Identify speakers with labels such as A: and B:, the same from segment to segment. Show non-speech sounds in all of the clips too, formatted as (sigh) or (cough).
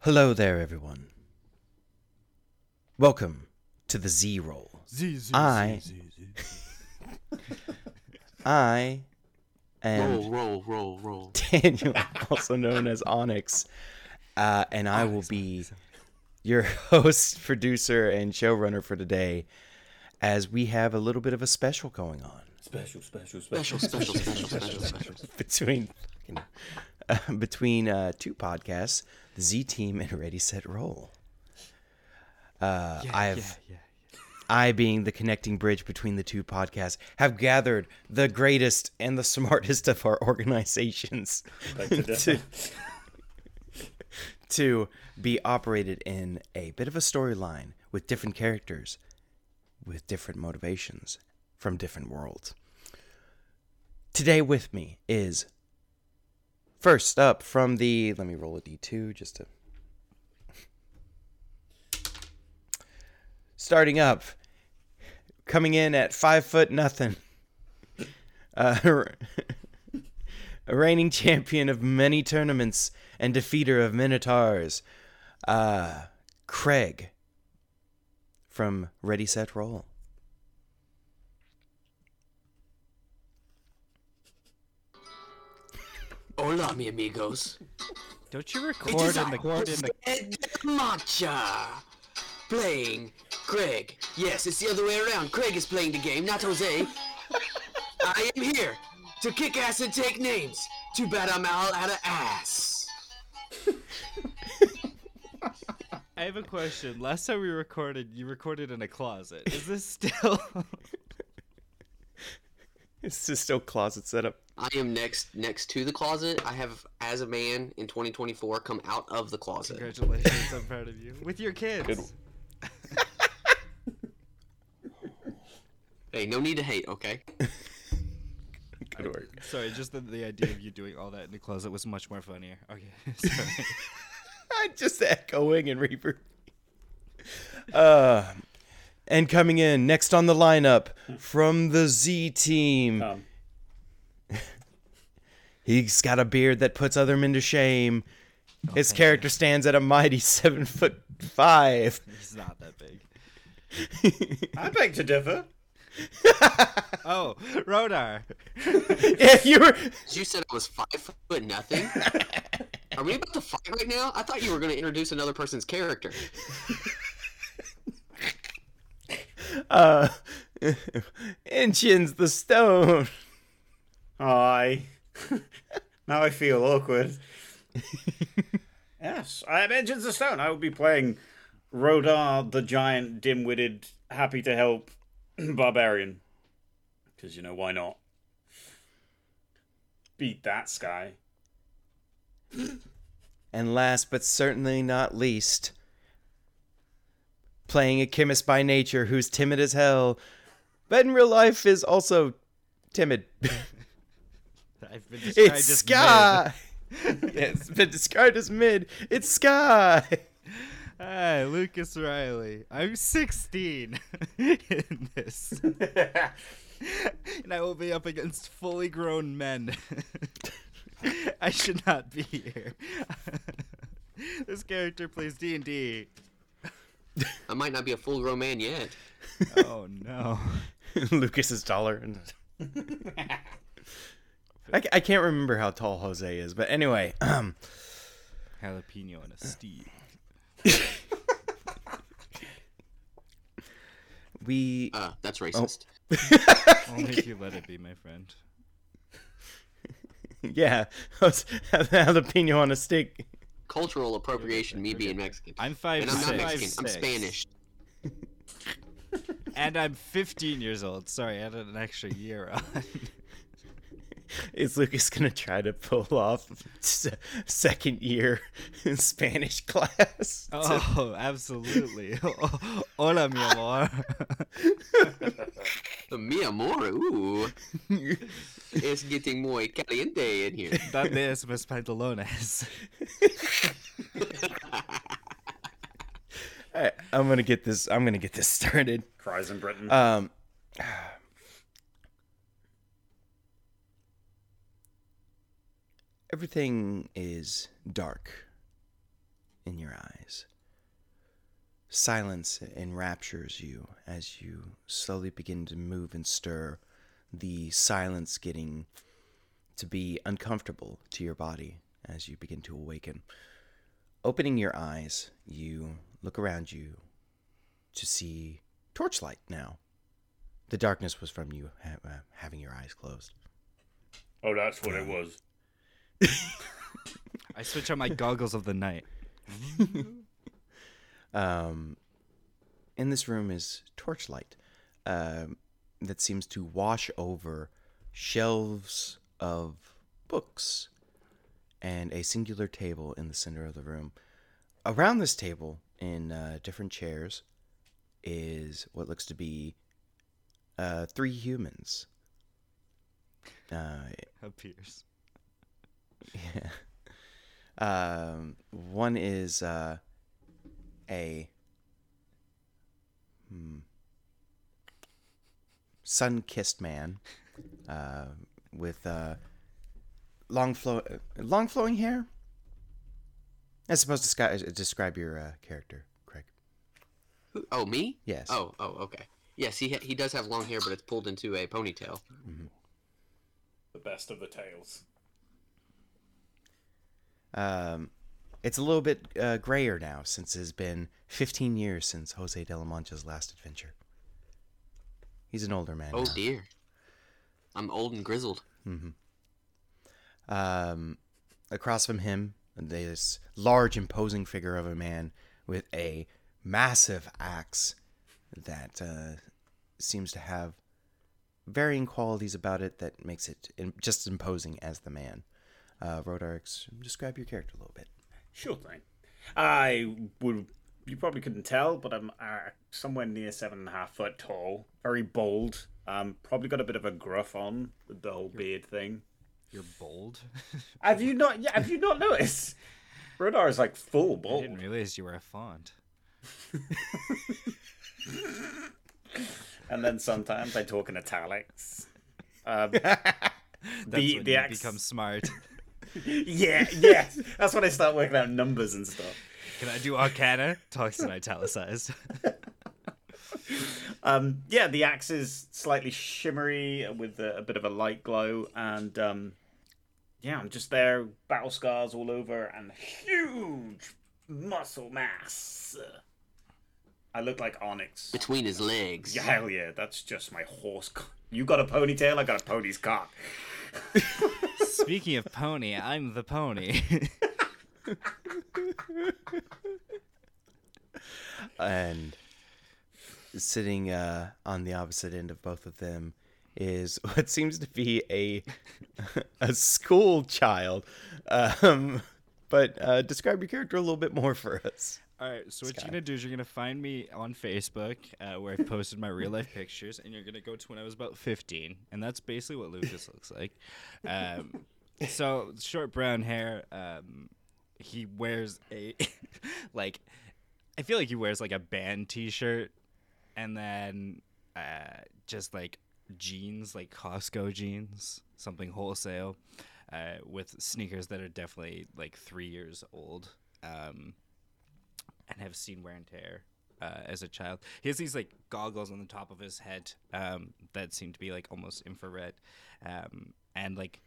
A: Hello there, everyone. Welcome to the Z Roll.
B: Z, Z,
A: I-
B: Z, Z, Z.
A: I am
B: Roll, roll, roll, roll.
A: (laughs) Daniel, also known as Onyx, uh, and I will be your (laughs) host, producer, and showrunner for today as we have a little bit of a special going on
C: Special, special,
B: Special,
C: special.
B: special, special, special, special.
A: (laughs) between fucking- uh, between uh, two podcasts, the Z Team and Ready Set Roll. Uh, I have
B: yeah,
A: I, being the connecting bridge between the two podcasts, have gathered the greatest and the smartest of our organizations (laughs) to, to be operated in a bit of a storyline with different characters, with different motivations from different worlds. Today, with me is first up from the. Let me roll a d2 just to. Starting up coming in at five foot nothing. Uh, (laughs) a reigning champion of many tournaments and defeater of minotaurs, uh, Craig from Ready Set Roll.
D: Hola, mi amigos.
E: Don't you record in the
D: Cord
E: in the
D: Matcha. Playing Craig. Yes, it's the other way around. Craig is playing the game, not Jose. I am here to kick ass and take names. Too bad I'm all out of ass.
E: I have a question. Last time we recorded, you recorded in a closet. Is this still (laughs)
A: It's just still closet setup.
D: I am next next to the closet. I have, as a man in 2024, come out of the closet.
E: Congratulations, I'm proud of you. With your kids.
D: Hey, no need to hate, okay?
A: Good work.
E: Sorry, just the, the idea of you doing all that in the closet was much more funnier. Okay. (laughs) Sorry.
A: (laughs) just echoing and reverb. Uh, and coming in next on the lineup from the Z team.
C: Um.
A: (laughs) He's got a beard that puts other men to shame. His character stands at a mighty seven foot five. (laughs)
E: He's not that big.
C: I beg to differ.
E: Oh, Rodar.
A: yeah, you were.
D: You said I was five foot nothing. Are we about to fight right now? I thought you were going to introduce another person's character.
A: Uh, (laughs) Inchins the stone.
C: Aye. (laughs) now I feel awkward. yes, I am Engines of Stone. I will be playing Rodar, the giant, dim-witted, happy to help (clears throat) barbarian. Because you know why not? Beat that sky.
A: And last but certainly not least, playing a chemist by nature who's timid as hell, but in real life is also timid.
E: I've been described
A: It's
E: as (laughs)
A: Sky! (laughs) it's been described as mid. It's Sky!
E: mid. Hi, Lucas Riley. I'm 16 (laughs) in this. and I will be up against fully grown men. (laughs) I should not be here. (laughs) this character plays D and D.
D: I might not be a full grown man yet.
E: Oh no!
A: (laughs) Lucas is taller. And... (laughs) I, ca- I can't remember how tall Jose is, but anyway, (clears throat) um,
E: Jalapeno and a Steve.
A: we.
D: Uh, that's racist.
E: (laughs) Only if you let it be, my friend.
A: Yeah, (laughs) jalapeno on a stick.
D: Cultural appropriation, me being Mexican.
E: I'm five
D: and I'm not
E: six.
D: Mexican. I'm
E: Five, six.
D: Spanish.
E: And I'm 15 years old. Sorry, I added an extra year (laughs) on.
A: Is Lucas (laughs) gonna try to pull off se- second year (laughs) in Spanish class? (laughs)
E: Oh, absolutely. (laughs) Hola, mi amor. (laughs)
D: Uh, Mi amor, ooh. it's getting muy caliente in here.
E: ¿Dónde es mis pantalones?
A: I, am gonna get this. I'm gonna get this started.
C: Cries in Britain.
A: Um, (sighs) everything is dark in your eyes. Silence enraptures you as you slowly begin to move and stir, the silence getting to be uncomfortable to your body as you begin to awaken. Opening your eyes, you look around you to see torchlight now. The darkness was from you ha- uh, having your eyes closed.
C: Oh, that's what it was.
E: I switch on my goggles of the night.
A: um, in this room is torchlight um, that seems to wash over shelves of books and a singular table in the center of the room. Around this table, in uh, different chairs, is what looks to be uh, three humans. Uh,
E: Appears.
A: Um, one is uh, a hmm, sun-kissed man uh, with uh, long, flow- long flowing hair. That's supposed to sky- describe your uh, character, Craig.
D: Who- Oh, me?
A: Yes.
D: Oh, oh, okay. Yes, he ha- he does have long hair, but it's pulled into a ponytail.
C: The best of the tales.
A: Um, it's a little bit uh, grayer now since it's been 15 years since Jose de la Mancha's last adventure. He's an older man.
D: Oh
A: now.
D: dear. I'm old and grizzled.
A: Um, across from him, this large, imposing figure of a man with a massive axe that uh, seems to have varying qualities about it that makes it im- just as imposing as the man. Uh, Rodarix, describe your character a little bit.
C: Sure thing. I would. You probably couldn't tell, but I'm uh, somewhere near seven and a half foot tall. Very bold. Um, probably got a bit of a gruff on with the whole beard thing.
E: You're bold. (laughs)
C: Have you not? Yeah, have you not noticed? Rodar is like full
E: I
C: bald.
E: didn't realize you were a font.
C: and then sometimes I talk in italics. Um,
E: That's
C: the
E: when
C: the
E: you
C: axe.
E: become smart.
C: Yeah, yeah. That's when I start working out numbers and stuff.
E: Can I do Arcana? Talks
C: (laughs)
E: in italicized.
C: Um, yeah, the axe is slightly shimmery with a, a bit of a light glow, and um, yeah, I'm just there, battle scars all over, and huge muscle mass. I look like Onyx.
D: Between his legs.
C: Yeah, hell yeah, that's just my horse. c- You got a ponytail, I got a pony's cock.
E: Speaking of pony, I'm the pony. (laughs)
A: And sitting uh, on the opposite end of both of them is (laughs) what seems to be a (laughs) a school child. Um, but uh, describe your character a little bit more for us.
E: All right, so what you're gonna do is you're gonna find me on Facebook uh, where I've posted my real life pictures, and you're gonna go to when I was about 15, and that's basically what Lucas looks like. Um, so short brown hair. Um, he wears a (laughs) like, I feel like he wears like a band T-shirt, and then uh, just like jeans, like Costco jeans, something wholesale, uh, with sneakers that are definitely like three years old. Um, and have seen wear and tear uh, as a child. He has these like goggles on the top of his head um, that seem to be like almost infrared, um, and like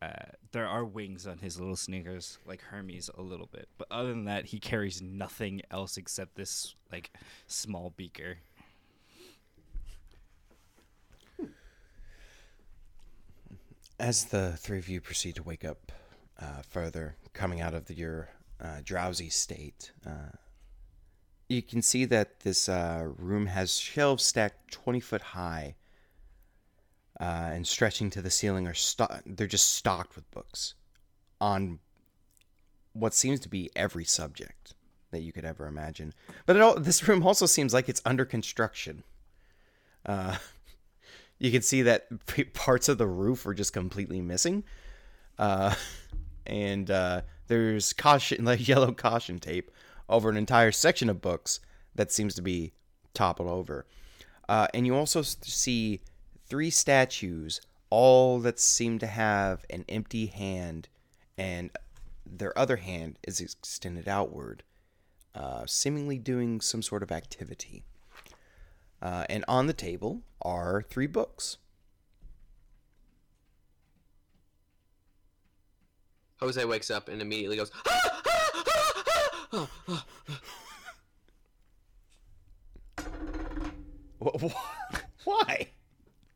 E: uh, there are wings on his little sneakers, like Hermes a little bit. But other than that, he carries nothing else except this like small beaker.
A: As the three of you proceed to wake up uh, further, coming out of your uh, drowsy state, uh, you can see that this uh, room has shelves stacked 20 foot high uh, and stretching to the ceiling are sto- they're just stocked with books on what seems to be every subject that you could ever imagine. But it all, this room also seems like it's under construction. You can see that (laughs) p- parts of the roof are just completely missing. Uh, (laughs) and uh, there's caution, (laughs) like yellow caution tape over an entire section of books that seems to be toppled over. Uh, and you also s- see three statues, all that seem to have an empty hand and Their other hand is extended outward, uh, seemingly doing some sort of activity. Uh, and on the table are three books.
D: Jose wakes up and immediately goes, "Ah, ah, ah, ah, ah."
A: (laughs)
C: Why?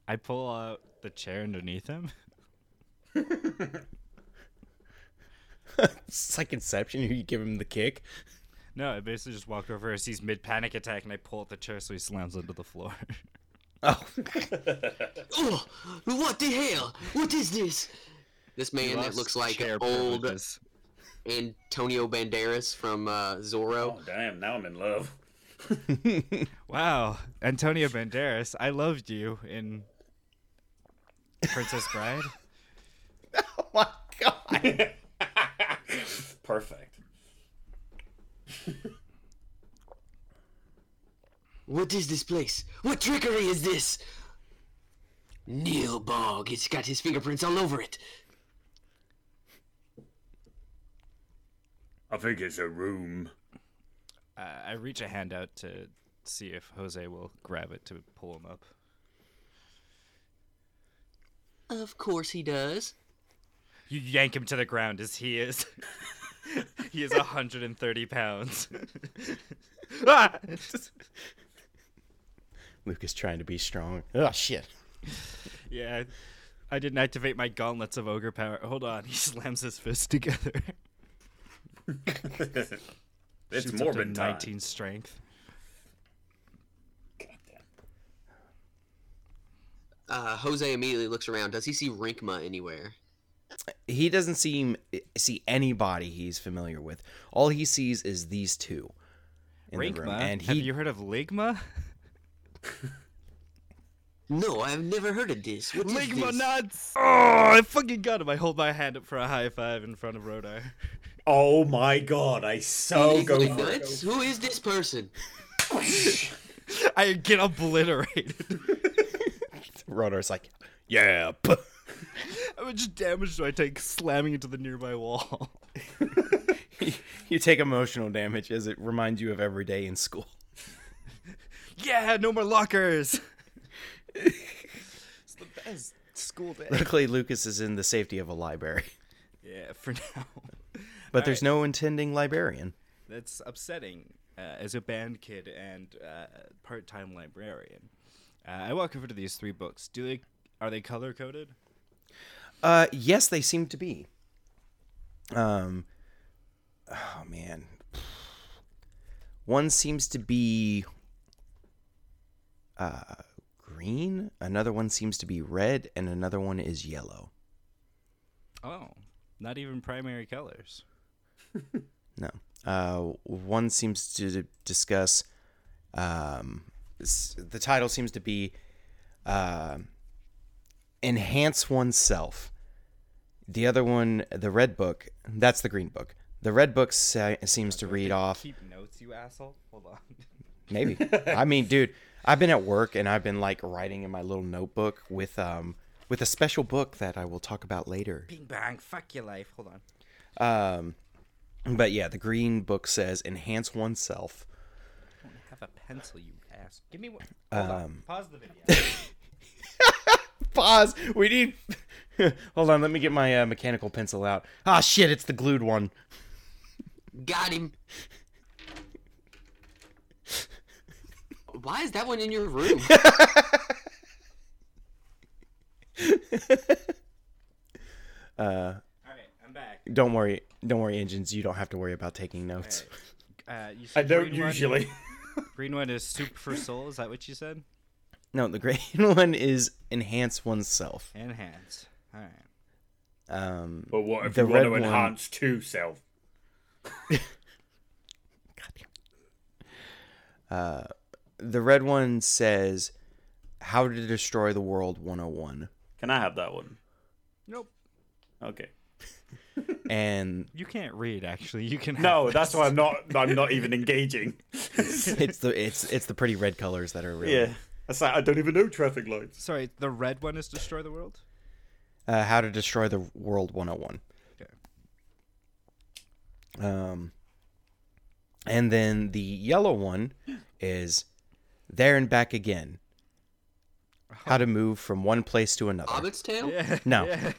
E: I pull out the chair underneath him. (laughs)
A: It's like Inception. You give him the kick.
E: No, I basically just walked over, sees mid panic attack, and I pull out the chair so he slams onto the floor.
A: (laughs) Oh,
D: Oh, what the hell? What is this? This man that
E: Lost
D: looks like
E: chair
D: old
E: privileges.
D: Antonio Banderas from uh, Zorro.
C: Oh damn! Now I'm in love. (laughs)
E: Wow, Antonio Banderas, I loved you in Princess Bride.
A: my God.
C: Perfect.
D: What is this place? What trickery is this? Neil Bog. It's got his fingerprints all over it.
C: I think it's a room.
E: Uh, I reach a hand out to see if Jose will grab it to pull him up.
D: Of course he does.
E: You yank him to the ground as he is. (laughs) he is 130 pounds. (laughs) ah!
A: (laughs)
E: (laughs)
A: Luke is trying to be strong. Oh shit.
E: Yeah, I didn't activate my gauntlets of ogre power. Hold on, he slams his fist together.
C: it's
E: Shoots up to
C: Morbin time.
E: 19 strength.
D: Uh, Jose immediately looks around. Does he see Rinkma anywhere?
A: he doesn't seem see anybody he's familiar with. All he sees is these two in the room,
E: Rigma?
A: and
E: Have
A: he
E: you heard of Ligma?
D: No, I've never heard of this. What is this?
E: nuts! Oh, I fucking got him. I hold my hand up for a high five in front of (laughs) Rodar.
C: Oh my god! I so
D: Ligma
C: go for it.
D: nuts? Who is this person?
E: I get obliterated. (laughs)
A: Rodar's like,
C: (laughs)
A: yeah, p-"
E: How much damage do I take slamming into the nearby wall? (laughs)
A: you take emotional damage as it reminds you of every day in school.
E: yeah, no more lockers! it's the best school day.
A: Luckily, Lucas is in the safety of a library, (laughs)
E: Yeah, for now. (laughs)
A: but there's no intending librarian.
E: that's upsetting uh, as a band kid and uh, part-time librarian. Uh, I walk over to these three books. Do they are they color coded?
A: Uh, yes, they seem to be. Um, oh man, one seems to be uh green, another one seems to be red, and another one is yellow.
E: Oh, not even primary colors.
A: No, uh, one seems to discuss. Um, s- the title seems to be uh, "Enhance Oneself." The other one, the red book, that's the green book. The red book se- seems to read off.
E: Keep notes, you asshole. Hold on.
A: Maybe. I mean, dude, I've been at work and I've been like writing in my little notebook with um with a special book that I will talk about later.
E: Bing bang. Fuck your life. Hold on.
A: Um, but yeah, the green book says enhance oneself.
E: Have a pencil, you ass. Give me one. Hold
C: Um,
E: on. Pause the
C: (laughs)
E: video.
A: Pause. We need. (laughs) Hold on. Let me get my uh, mechanical pencil out. Ah, shit! It's the glued one.
D: Got him. Why is that one in your (laughs) room?
E: All right, I'm back.
A: Don't worry. Don't worry, engines. You don't have to worry about taking notes.
E: Uh, you
C: I
E: said
C: don't
E: green one-
C: usually.
E: green one is soup for soul. Is that what you said?
A: No, the green (laughs) one is enhance oneself.
E: And hands. All right.
A: Um,
C: But what if
A: The
C: you want
A: red
C: to
A: one-
C: enhance two self?
A: the red one says how to destroy the world 101,
C: Can I have that one?
E: Nope.
C: Okay.
A: (laughs) and
E: You can't read. Actually, you can.
C: No,
E: have
C: that's
E: this.
C: why I'm not. I'm not even engaging.
A: it's the it's it's the pretty red colors that are really
C: yeah. That's like I don't even know traffic lights.
E: (laughs) Sorry, the red one is destroy the world.
A: oh uh, how to destroy the world 101.
E: Okay.
A: Um, and then the yellow one is there and back again.
E: Uh-huh.
A: How to move from one place to another.
D: Hobbit's Tale?
E: Yeah.
A: No.
E: (laughs) yeah.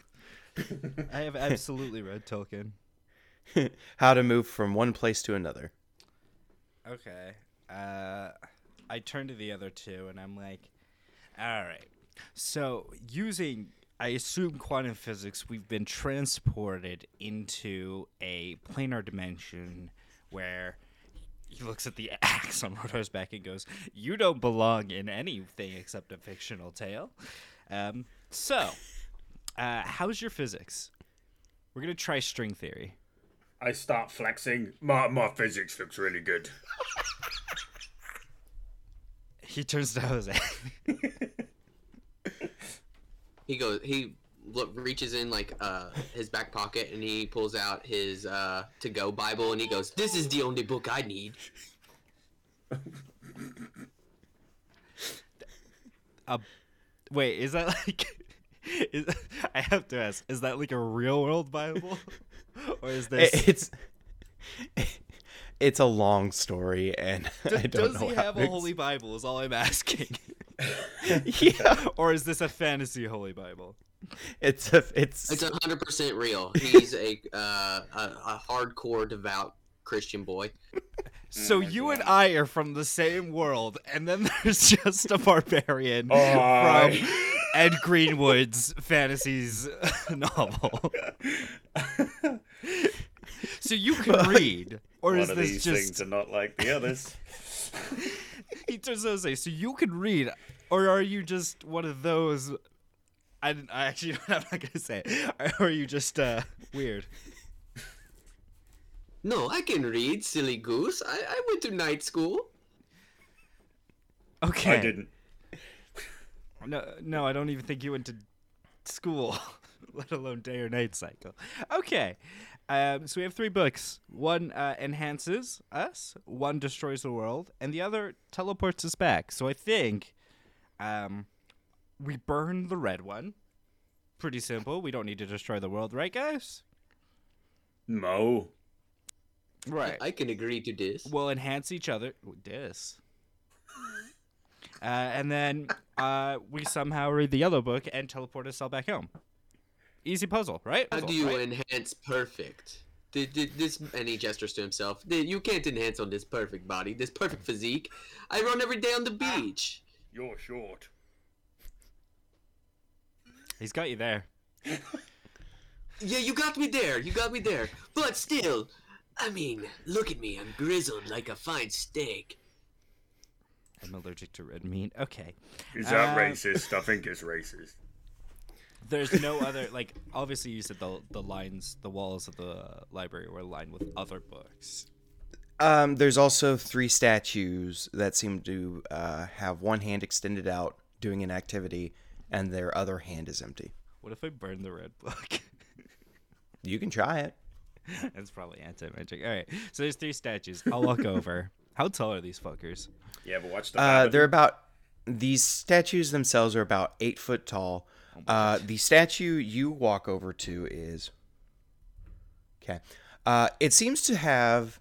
E: I have absolutely read Tolkien.
A: How to move from one place to another.
E: Okay. Uh, I turn to the other two and I'm like, all right. So, using, I assume, quantum physics, we've been transported into a planar dimension where he looks at the (laughs) axe on Rotor's back and goes, You don't belong in anything except a fictional tale. Um, so, uh, how's your physics? We're going to try string theory.
F: I start flexing. My, my physics looks really good.
E: He turns to Jose. (laughs)
D: He goes. He look, reaches in like uh his back pocket and he pulls out his uh to go Bible and he goes, "This is the only book I need."
E: Wait, is that like? (laughs) Is, I have to ask: Is that like a real
A: (laughs)
E: world Bible, or is
A: I-
E: this?
A: It's it's a long story, and (laughs) I don't
E: does
A: know
E: he
A: how
E: have
A: to
E: a
A: ex-
E: holy Bible? Is all I'm
A: (laughs)
E: asking. (laughs) yeah. (laughs) Or is this a fantasy holy Bible?
A: It's a it's,
D: It's hundred percent real. He's a uh a, a hardcore devout Christian boy.
E: So
A: Mm,
E: you and I are from the same world, and then (laughs) there's just a barbarian
F: Oh,
A: Oh.
E: from
A: (laughs)
E: Ed Greenwood's fantasies (laughs) novel.
A: (laughs)
E: so you can read, or
F: One
E: is
F: of
E: this
F: these
E: just
F: things are not like the others.
E: He turns to say, "So you can read, or are you just one of those?" I, didn't, I actually, (laughs) I'm not gonna say. It. Or are you just uh, weird?
D: No, I can read, silly goose. I, I went to night school.
E: Okay.
F: I didn't.
E: No, no, I don't even think you went to school, (laughs) let alone day or night cycle. Okay. Um, so we have three books. One uh, enhances us. One destroys the world, and the other teleports us back. So I think, um, we burn the red one. Pretty simple. We don't need to destroy the world, right, guys?
F: No.
E: Right.
D: I can agree to this.
E: will enhance each other. Ooh, Dis. Uh, and then uh, we somehow read the yellow book and teleport us all back home. Easy puzzle, right?
D: How
E: Puzzle,
D: do you
E: right?
D: enhance perfect? Th- th- This and he gestures to himself. "Th- You can't enhance on this perfect body, this perfect physique. I run every day on the beach.
F: You're short.
E: He's got you there.
D: Yeah, you got me there. You got me there. But still, I mean, look at me. I'm grizzled like a fine steak.
E: I'm allergic to red meat. Okay.
F: Is
E: that Uh,
F: racist? I think it's racist.
E: There's no other (laughs) like. Obviously, you said the the lines, the walls of the library were lined with other books.
A: um. There's also three statues that seem to uh, have one hand extended out doing an activity, and their other hand is empty.
E: What if I burn the red book? (laughs)
A: You can try it.
E: That's probably anti magic. All right. So there's three statues. I'll walk over. How tall are these fuckers?
F: You ever watched
A: Uh,
F: that?
A: they're about these statues themselves are about eight foot tall. Uh, the statue you walk over to is okay. Uh, it seems to have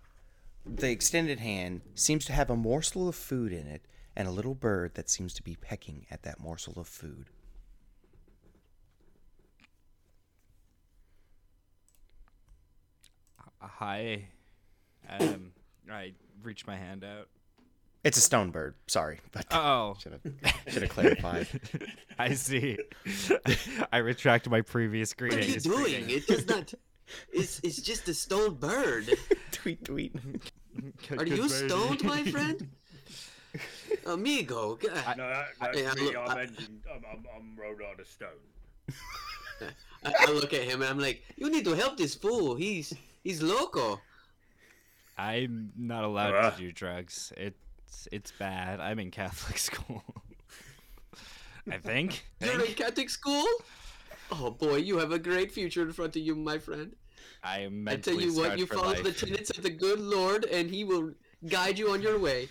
A: the extended hand seems to have a morsel of food in it and a little bird that seems to be pecking at that morsel of food.
E: Uh, Hi. Um, I reach my hand out.
A: It's a stone bird. Sorry, but
E: Oh, (laughs)
A: should have should have clarified.
E: I see. (laughs) I retract my previous greeting.
D: What are you
E: It's
D: doing? It does not. It's it's just a stone bird.
E: (laughs)
A: tweet tweet.
E: good-
D: Are
E: good
D: you
E: bird.
D: stoned, my friend? Amigo, g- I,
F: No, that, that's
D: Yeah,
F: me.
D: look,
F: I'm,
D: I-
F: engine, I'm, I'm, I'm Rodon a Stone.
D: I look at him and I'm like, you need to help this fool. He's he's loco.
E: (laughs) I'm not allowed
F: Bruh.
E: to do drugs. It's it's bad. I'm in Catholic (laughs) school. I think.
D: You're in Catholic school. Oh boy, you have a great future in front of you, my friend.
E: I am
D: I
E: mentally
D: tell you what,
E: scarred
D: you
E: for
D: follow
E: life.
D: the tenets of the good Lord, and He will guide you on your way.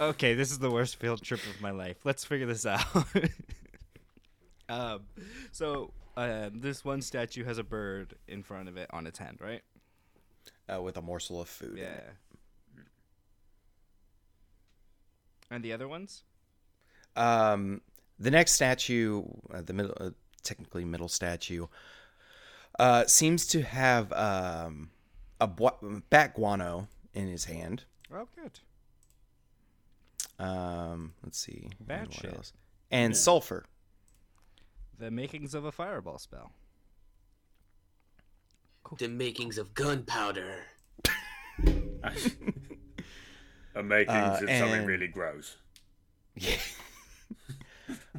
E: okay, this is the worst (laughs) field trip of my life. Let's figure this out. um, so, uh, this one statue has a bird in front of it on its hand, right?
A: uh, with a morsel of food. in
E: Yeah.
A: it.
E: And the other ones?
A: Um, the next statue, uh, the middle, uh, technically middle statue, uh, seems to have um, a bwa- bat guano in his hand.
E: Oh, good.
A: Um, let's see. and
E: Bat
A: what
E: shit.
A: else? And sulfur.
E: The makings of a fireball spell.
D: The makings of gunpowder.
F: A makings
A: Uh,
F: of something
A: and-
F: really gross.
A: Yeah.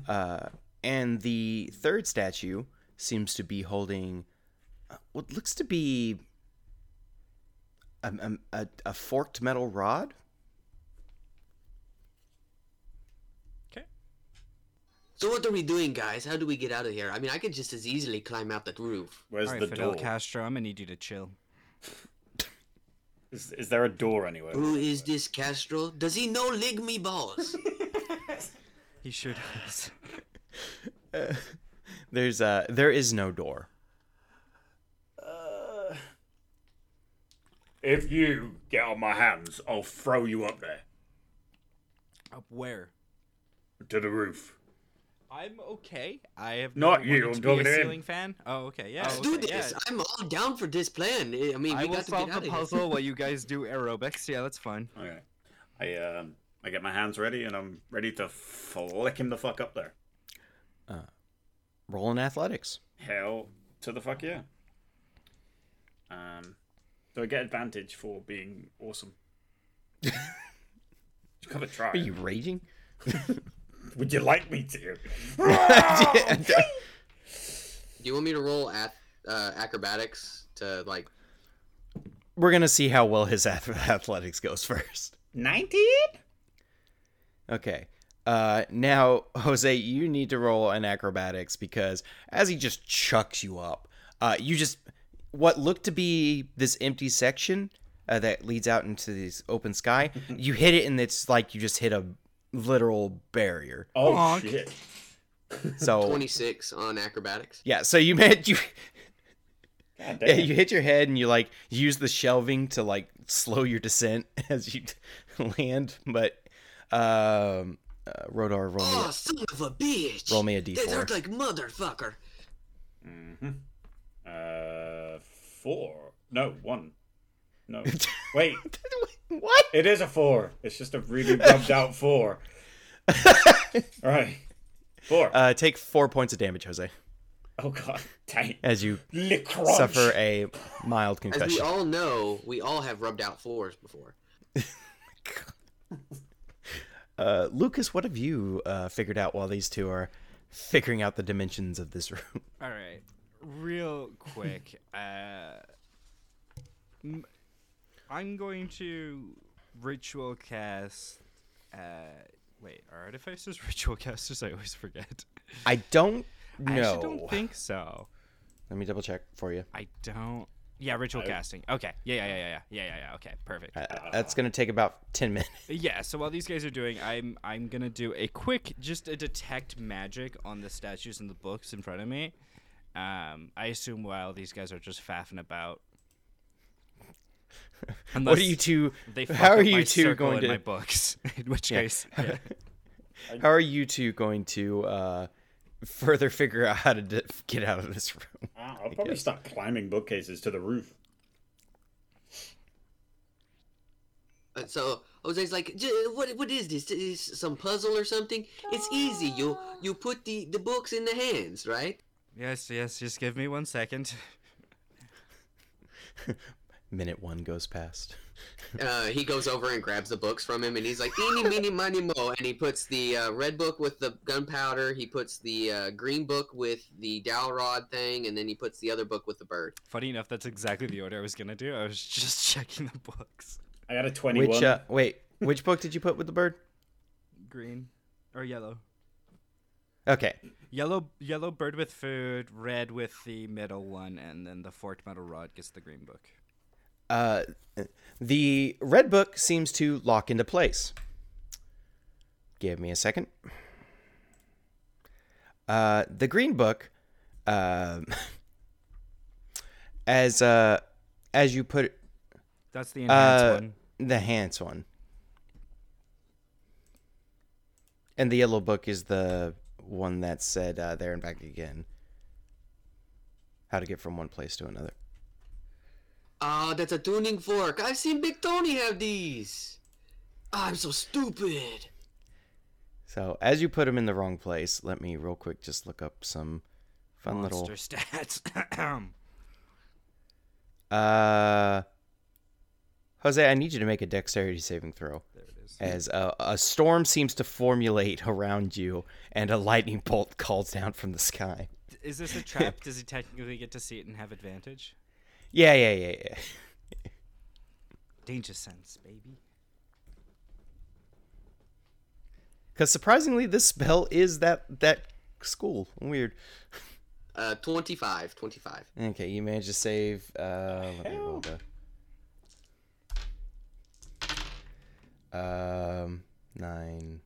A: uh, and the third statue seems to be holding uh, what looks to be a, a- a, a forked metal rod.
E: Okay.
D: So what are we doing, guys? How do we get out of here? I mean, I could just as easily climb out that roof.
F: Where's
E: All right,
F: the
E: Fidel
F: door?
E: Castro, I'm gonna need you to chill.
F: Is, is there a door anywhere?
D: Who is this Castro? Does he know lig me
E: (laughs)
D: balls?
E: He sure does.
A: There's uh there is no door.
F: If you get on my hands, I'll throw you up there
E: Up where?
F: to the roof.
E: I'm okay. I have
F: Not
E: never
F: you,
E: wanted
F: I'm
E: to be
F: talking to
E: a
F: him.
E: ceiling fan. Oh, okay, yeah.
D: Let's
E: okay,
D: do this.
E: yeah.
D: I'm all down for this plan. I I mean,
E: I
D: we
E: will
D: got to get out
E: solve the
D: of here.
E: puzzle while you guys do aerobics. Yeah, that's fine.
F: Okay. I um I get my hands ready and I'm ready to flick him the fuck up there.
A: Roll in athletics.
F: Hell to the fuck yeah. Um do I get advantage for being (laughs) awesome? you gotta try.
A: Are you (laughs) raging?
F: Would you like me to?
D: Do you want me to roll at uh, acrobatics to like?
A: (laughs) We're gonna see how well his ath- athletics goes first.
F: Nineteen?
A: Okay. Uh, now, Jose, you need to roll an acrobatics because as he just chucks you up, uh, you just what looked to be this empty section uh, that leads out into this open (laughs) sky. you hit it, and it's like you just hit a literal barrier.
F: Oh
E: Bonk.
F: shit.
A: (laughs) So
D: 26 on acrobatics.
A: yeah, so you (laughs) meant you
F: God
A: yeah,
F: damn.
A: you hit your head and you like use the shelving to like slow your descent (laughs) as you land. But um, uh, Rodar, roll me
D: (laughs) Oh,
A: a-
D: son of a bitch!
A: roll me a
D: That hurt
A: d4.
D: like motherfucker.
F: Mm-hmm. Uh four. No, one. (laughs) No. Wait,
A: (laughs) what?
F: it is a four. It's just a really rubbed out
A: (laughs)
F: four. Alright. Four.
A: Uh, take four points of damage, Jose,
F: oh god. Dang.
A: as you
F: Le crunch.
A: suffer a mild
D: As we
A: concussion.
D: all know, we all have rubbed out floors before.
A: Uh, Lucas, what have you uh, figured out while these two are figuring out the dimensions of this (laughs) room?
E: All right, real quick. uh, m- I'm going to ritual cast. Uh, wait, are artificers (laughs) ritual casters? I always forget.
A: I don't
E: I
A: know.
E: actually don't think so.
A: Let me double check for you.
E: I don't. Yeah, ritual casting. Okay. Yeah, yeah, yeah, yeah, yeah, yeah, yeah. Okay, perfect.
A: Uh, that's gonna take about ten minutes.
E: Yeah. So while these guys are doing, I'm I'm gonna do a quick, just a detect magic on the statues and the books in front of me. Um, I assume while these guys are just
A: (laughs)
E: faffing about.
A: What are
E: Unless
A: you two?
E: They fuck
A: How
E: up
A: are
E: my
A: you two
E: circle
A: going
E: and
A: to?
E: my books? (laughs) in which case, yeah.
A: (laughs) How are you two going to uh, further figure out how to d- get out of this room?
F: Ah, I'll probably start climbing bookcases to the roof.
D: Uh, So Jose's like, "J- what? What is this? Is this some puzzle or something? It's easy. You you put the the books in the hands, right?
E: yes, yes. Just give me one second.
A: Minute one goes past.
D: Uh, he goes over and grabs the books from him, and he's like, "Eeny, meeny, miny, mo!" And he puts the uh, red book with the gunpowder. He puts the uh, green book with the dowel rod thing, and then he puts the other book with the bird.
E: Funny enough, that's exactly the order I was gonna do. I was just (laughs) checking the books.
F: I got a twenty-one.
A: Which uh, wait, which book did you put with the bird?
E: Green or yellow.
A: Okay,
E: Yellow, yellow bird with food. Red with the middle one, and then the forked metal rod gets the green book.
A: uh, the red book seems to lock into place. Give me a second. Uh, the green book uh, uh, (laughs) as uh, as you put
E: That's the enhanced
A: uh,
E: one.
A: the Hans one, and the yellow book is the one that said uh, there and back again. How to get from one place to another.
D: Oh, that's a tuning fork. I've seen Big Tony have these. Ah, I'm so stupid.
A: So as you put them in the wrong place, let me real quick just look up some fun little
E: Monster stats. (coughs)
A: Uh, Jose, I need you to make a dexterity saving throw. There it is. As a, a storm seems to formulate around you, and a lightning bolt (laughs) calls down from the sky.
E: Is this a trap? Does he technically get to see it and have advantage?
A: Yeah, yeah, yeah, yeah.
E: Danger sense, baby.
A: Because surprisingly, this spell is that that school. Weird.
D: Uh, 25, 25.
A: Okay, you managed to save. Uh, let me roll the. Um, nine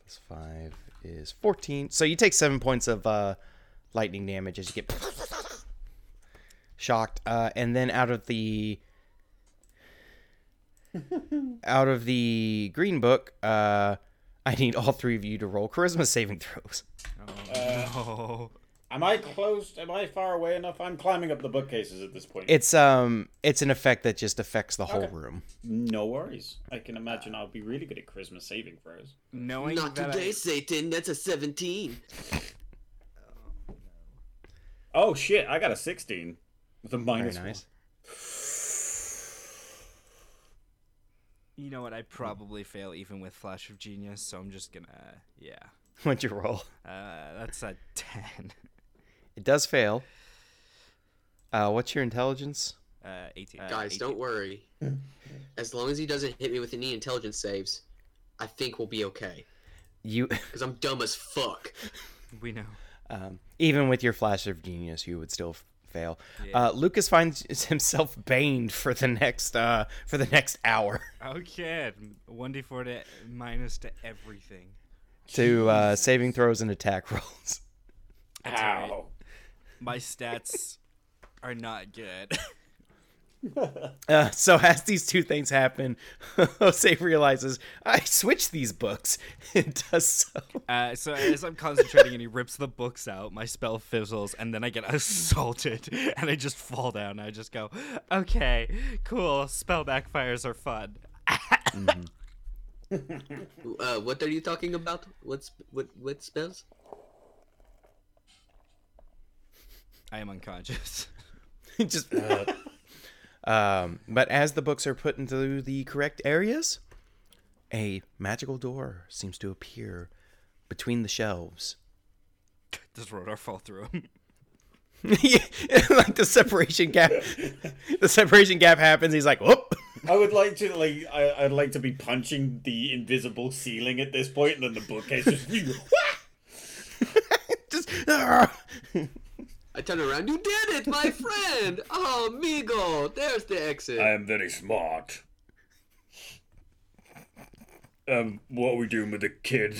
A: plus five is fourteen. So you take seven points of uh, lightning damage as you get (laughs) shocked, uh, and then out of the out of the green book, uh, I need all three of you to roll charisma saving throws.
E: Oh, no.
F: Am I close? Am I far away enough? I'm climbing up the bookcases at this point.
A: It's um, it's an effect that just affects the whole
F: Okay.
A: room. (laughs)
F: no worries. I can imagine I'll be really good at Christmas saving throws.
E: Knowing
D: Not
E: that
D: today,
E: I,
D: Satan. That's a 17.
F: Oh shit! I got a 16 with a
A: Very
F: minus
A: nice.
E: you know what, I probably fail even with Flash of Genius, so I'm just gonna, yeah.
A: What'd you roll?
E: Uh, that's a ten.
A: It does fail. Uh, what's your intelligence?
E: Uh, eighteen. Uh,
D: Guys,
E: 18.
D: don't worry. As long as he doesn't hit me with any intelligence saves, I think we'll be okay.
A: You, (laughs)
D: Because I'm dumb as fuck.
E: We know.
A: um, even with your flash of genius, you would still f- fail. Uh, Lucas finds (laughs) himself baned for the next uh, for the next hour (laughs)
E: Okay, one d four to minus to everything.
A: to uh, saving throws and attack (laughs) rolls.
F: one. Ow!
E: My stats are not good. (laughs)
A: Uh, so as these two things happen, (laughs) Jose realizes I switched these books. (laughs) It does so.
E: Uh, so as I'm concentrating, and he rips the books out, my spell fizzles, and then I get (laughs) assaulted, and I just fall down. I just go, okay, cool. Spell backfires are fun.
D: Uh, what are you talking about? What's what what spells?
E: I am unconscious. (laughs)
A: (laughs) Just. Um, but as the books are put into the correct areas, a magical door seems to appear between the shelves. (laughs)
E: Does Rodar fall through him?
A: Yeah, like the separation gap, (laughs) the separation gap happens. He's like, "Whoop!" (laughs)
F: I would like to like I, I'd like to be punching the invisible ceiling at this point, and then the bookcase just (laughs)
A: (laughs) Just (laughs) "Argh."
D: I turn around. You did it, my (laughs) friend. Oh, amigo. There's the exit.
C: am very smart. Um, what are we doing with the kid?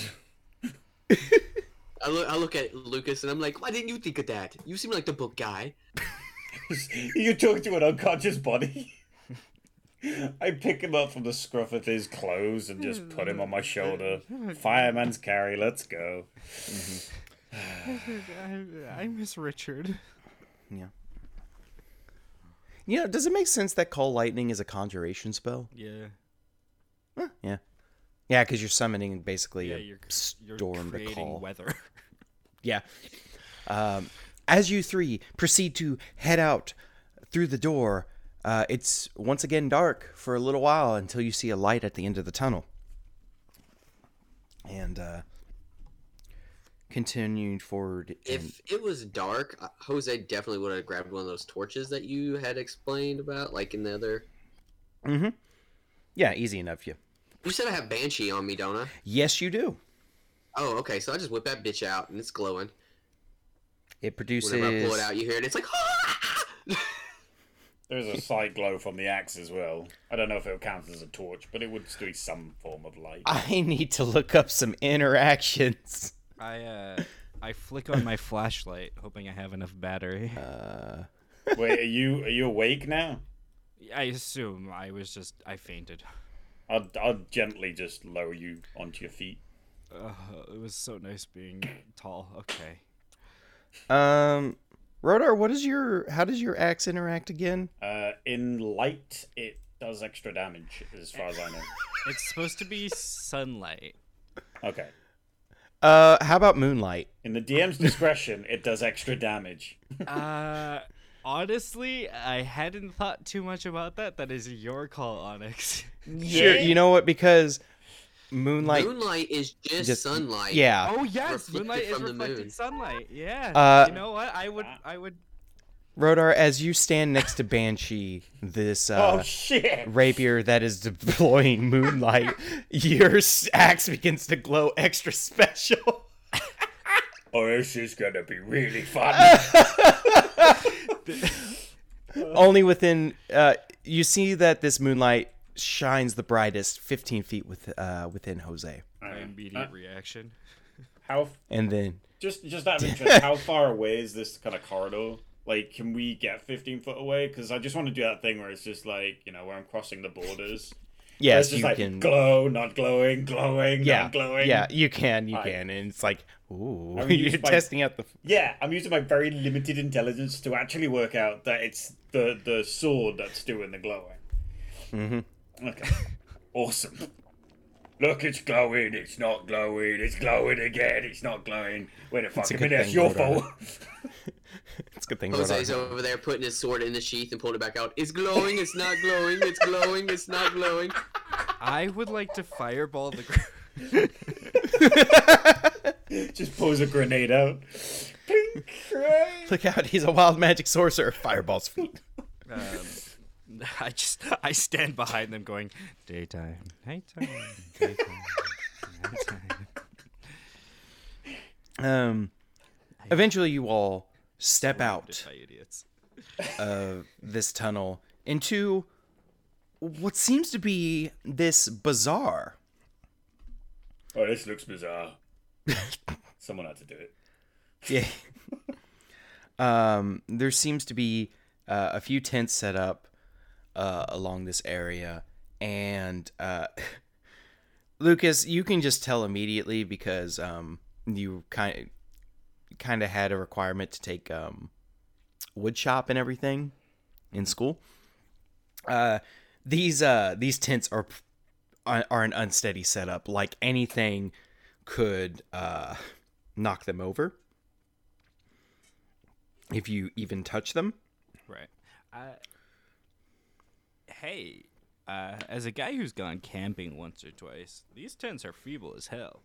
D: I look, I look at Lucas and I'm like, why didn't you think of that? You seem like the book guy.
F: you talk to an unconscious body. (laughs) I pick him up from the scruff of his clothes and just put him on my shoulder. Fireman's carry, let's go.
E: I, (laughs) I miss Richard.
A: yeah. You know, does it make sense that call lightning is a conjuration spell?
E: Yeah.
A: Yeah, yeah, because you're summoning basically
E: Yeah,
A: a
E: you're, c- you're
A: storm to
E: creating
A: call.
E: weather. (laughs)
A: Yeah. Um, as you three proceed to head out through the door, uh, it's once again dark for a little while until you see a light at the end of the tunnel. And uh, continued forward. and-
D: If it was dark, uh, Jose definitely would have grabbed one of those torches that you had explained about, like in the
A: (sighs)
D: other.
A: yeah, easy enough. You.
D: You said I have Banshee on me, don't I?
A: Yes, you do.
D: Oh, okay. So I just whip that bitch out and it's glowing.
A: It produces.
D: Whenever I pull
A: (laughs)
D: it out, you hear it. It's like, (laughs) "Ah!"
F: There's a side glow from the axe as well. I don't know if it counts as a torch, but it would do some form of light.
A: I need to look up some interactions.
E: I uh, I flick on my flashlight, hoping I have enough battery.
A: Uh,
F: Wait, are you are you awake now?
E: I assume I was just I fainted.
C: I'll, I'll gently just lower you onto your feet.
E: Uh, it was so nice being tall. Okay.
A: um, Rodar, what is your? How does your axe interact again?
C: Uh, in light, it does extra damage, as far as I know.
E: It's supposed to be sunlight.
C: Okay.
A: Uh, how about moonlight?
C: In the DM's discretion, it does extra damage.
E: (laughs) Uh honestly, I hadn't thought too much about that. That is your call, Onyx.
A: Sure. You know what? Because moonlight.
D: Moonlight is just,
A: just-
D: sunlight.
A: Yeah.
E: (laughs) Oh yes,
D: Reflected
E: moonlight is
D: from the moon.
E: reflected sunlight. Yeah.
A: Uh,
E: you know what? I would I would
A: Rodar, as you stand next to Banshee, this
C: Oh,
A: uh,
C: shit!
A: rapier that is deploying moonlight, your s- axe begins to glow extra special.
C: Oh, this is gonna
F: (laughs)
C: be really fun.
A: Only within, uh, you see that this moonlight shines the brightest 15 feet with, uh, within Jose.
E: my immediate reaction.
F: Uh, How f-
A: And then,
C: just, just out of interest,
F: how far away is this kind of corridor? Like, can we get 15 foot away? Because I just want to do that thing where it's just like, you know, where I'm crossing the borders.
A: yes,
C: it's just
A: you
C: like
A: can.
C: glow, not glowing, glowing,
A: yeah,
C: not glowing.
A: yeah, you can, you
C: I-
A: can. And it's like, ooh,
F: I'm
A: (laughs)
F: used
A: you're
F: by-
A: testing out the.
C: Yeah, I'm using my very limited intelligence to actually work out that it's the the sword that's doing the glowing. Mm-hmm. Okay. (laughs) awesome. Look, it's glowing. It's not glowing. It's glowing again. It's not glowing. Wait a fucking
A: good
C: minute. It's
A: thing,
C: your
A: Rodar.
C: fault. (laughs)
A: It's a good thing.
D: Jose's
A: Rodar-
D: over there putting his sword in the sheath and pulling it back out. It's glowing. It's not glowing. It's glowing. It's not glowing.
E: I would like to fireball the gr- (laughs)
C: Just pulls a grenade out.
A: Look out, he's a wild magic sorcerer. Fireball's feet.
E: um, I just I stand behind them going daytime, nighttime, daytime, nighttime.
A: Um, eventually, you all step out
E: By idiots.
A: (laughs) of this tunnel into what seems to be this bazaar.
C: Oh, this looks (laughs) bizarre. Someone had to do it. (laughs)
A: Yeah. (laughs) um, there seems to be uh, a few tents set up uh, along this area, and uh, (laughs) Lucas, you can just tell immediately because um, you kind kind of had a requirement to take um, wood shop and everything in school. Uh, these uh, these tents are are are an unsteady setup. Like anything could uh, knock them over if you even touch them.
E: Right. Uh, hey, uh, as a guy who's gone camping once or twice, these tents are feeble as hell.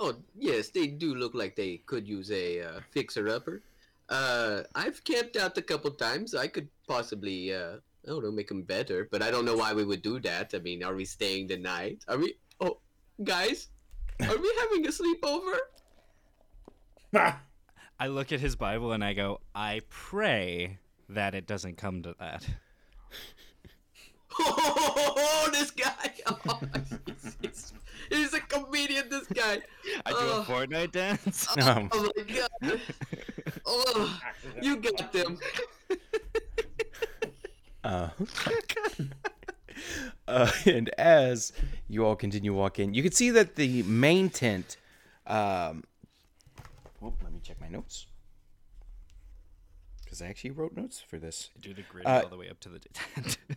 D: Oh yes, they do look like they could use a uh, fixer-upper. Uh, I've camped out a couple times. I could possibly, uh, I don't know, make them better. But I don't know why we would do that. I mean, are we staying the night? Are we? Oh, guys, are we having a sleepover? (laughs)
E: I look at his Bible and I go, I pray that it doesn't come to that.
D: Oh, this guy! (laughs) Oh, he's, he's- he's a comedian. This guy.
E: I do
D: Oh.
E: a Fortnite dance.
C: (laughs)
A: Um,
D: Oh my god. Oh, you got them.
A: uh, (laughs) uh, and as you all continue walking, you can see that the main tent. Um, well, let me check my notes because I actually wrote notes for this.
E: do the grid
A: Uh,
E: all the way up to the tent. (laughs)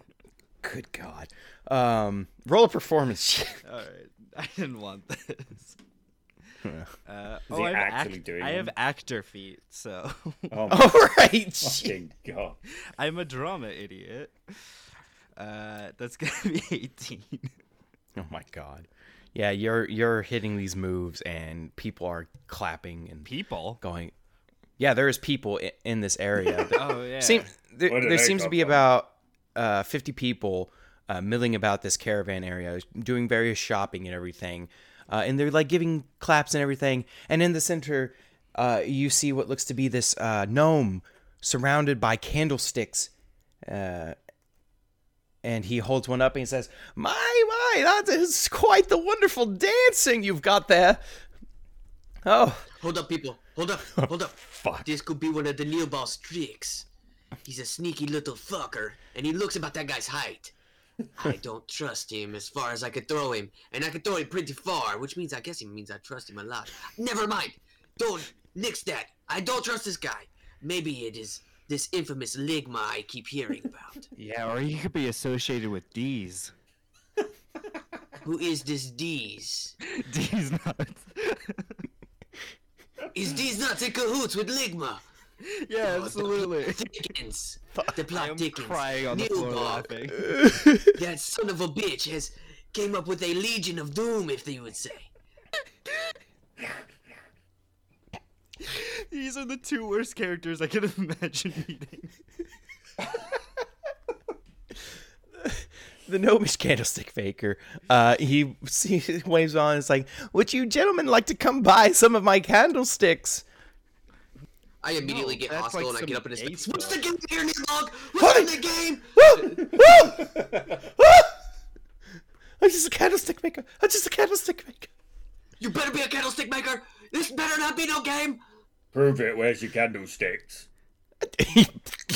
A: Good God! Um, roll a performance. check.
E: all right. I didn't want this. Uh,
C: he
E: oh, I have
C: actually doing
E: I have
C: one?
E: actor feet, so
C: (laughs) Oh my
A: (laughs) all right. shit.
C: fucking god.
E: (laughs) I'm a drama idiot. Uh, that's gonna be 18.
A: Oh my God. Yeah, you're you're hitting these moves, and people are clapping and
E: People.
A: going. Yeah, there is people in, in this area. that-
E: Oh yeah.
A: Seem, there
C: Where did
A: there
C: they
A: seems to
C: come
A: be
C: from?
A: about uh, 50 people uh, milling about this caravan area, doing various shopping and everything. Uh, and they're like giving claps and everything. And in the center, uh, you see what looks to be this uh, gnome surrounded by candlesticks. Uh, and he holds one up and he says, "My, my, that is quite the wonderful dancing you've got there." Oh,
B: Hold up, people. Hold up. Hold up.
A: fuck.
B: This could be one of the Neoball's tricks. He's a sneaky little fucker, and he looks about that guy's height. I don't trust him as far as I could throw him, and I could throw him pretty far, which means I guess it means I trust him a lot. Never mind. Don't nix that. I don't trust this guy. Maybe it is this infamous Ligma I keep hearing about.
E: Yeah, or he could be associated with D's.
B: Who is this Deez?
E: (laughs) D's (laughs) nuts.
B: Is Deez nuts in cahoots with Ligma?
E: yeah,
B: Oh,
E: absolutely.
B: The plot thickens. The
E: I
B: plot
E: am
B: thickens.
E: crying on the floor
B: Neoball
E: laughing.
B: That son of a bitch has came up with a legion of doom, if they would say.
E: (laughs) These are the two worst characters I could (laughs) imagine meeting.
A: the gnomish (laughs) candlestick maker. Uh, he, he (laughs) waves on. It's like, would you gentlemen like to come buy some of my candlesticks?
D: I immediately
E: No,
D: get
E: that's
D: hostile
E: like
D: and I
E: some
D: get up in his
E: gay
D: face. What's
E: stuff.
D: the game here, Nidlog?
A: What?
D: What's in the game?
A: Woo! (laughs) Woo! Woo! I'm just a candlestick maker. I'm just a candlestick maker. (laughs)
B: You better be a candlestick maker. This better not be no game.
C: Prove it. Where's your candlesticks?
A: he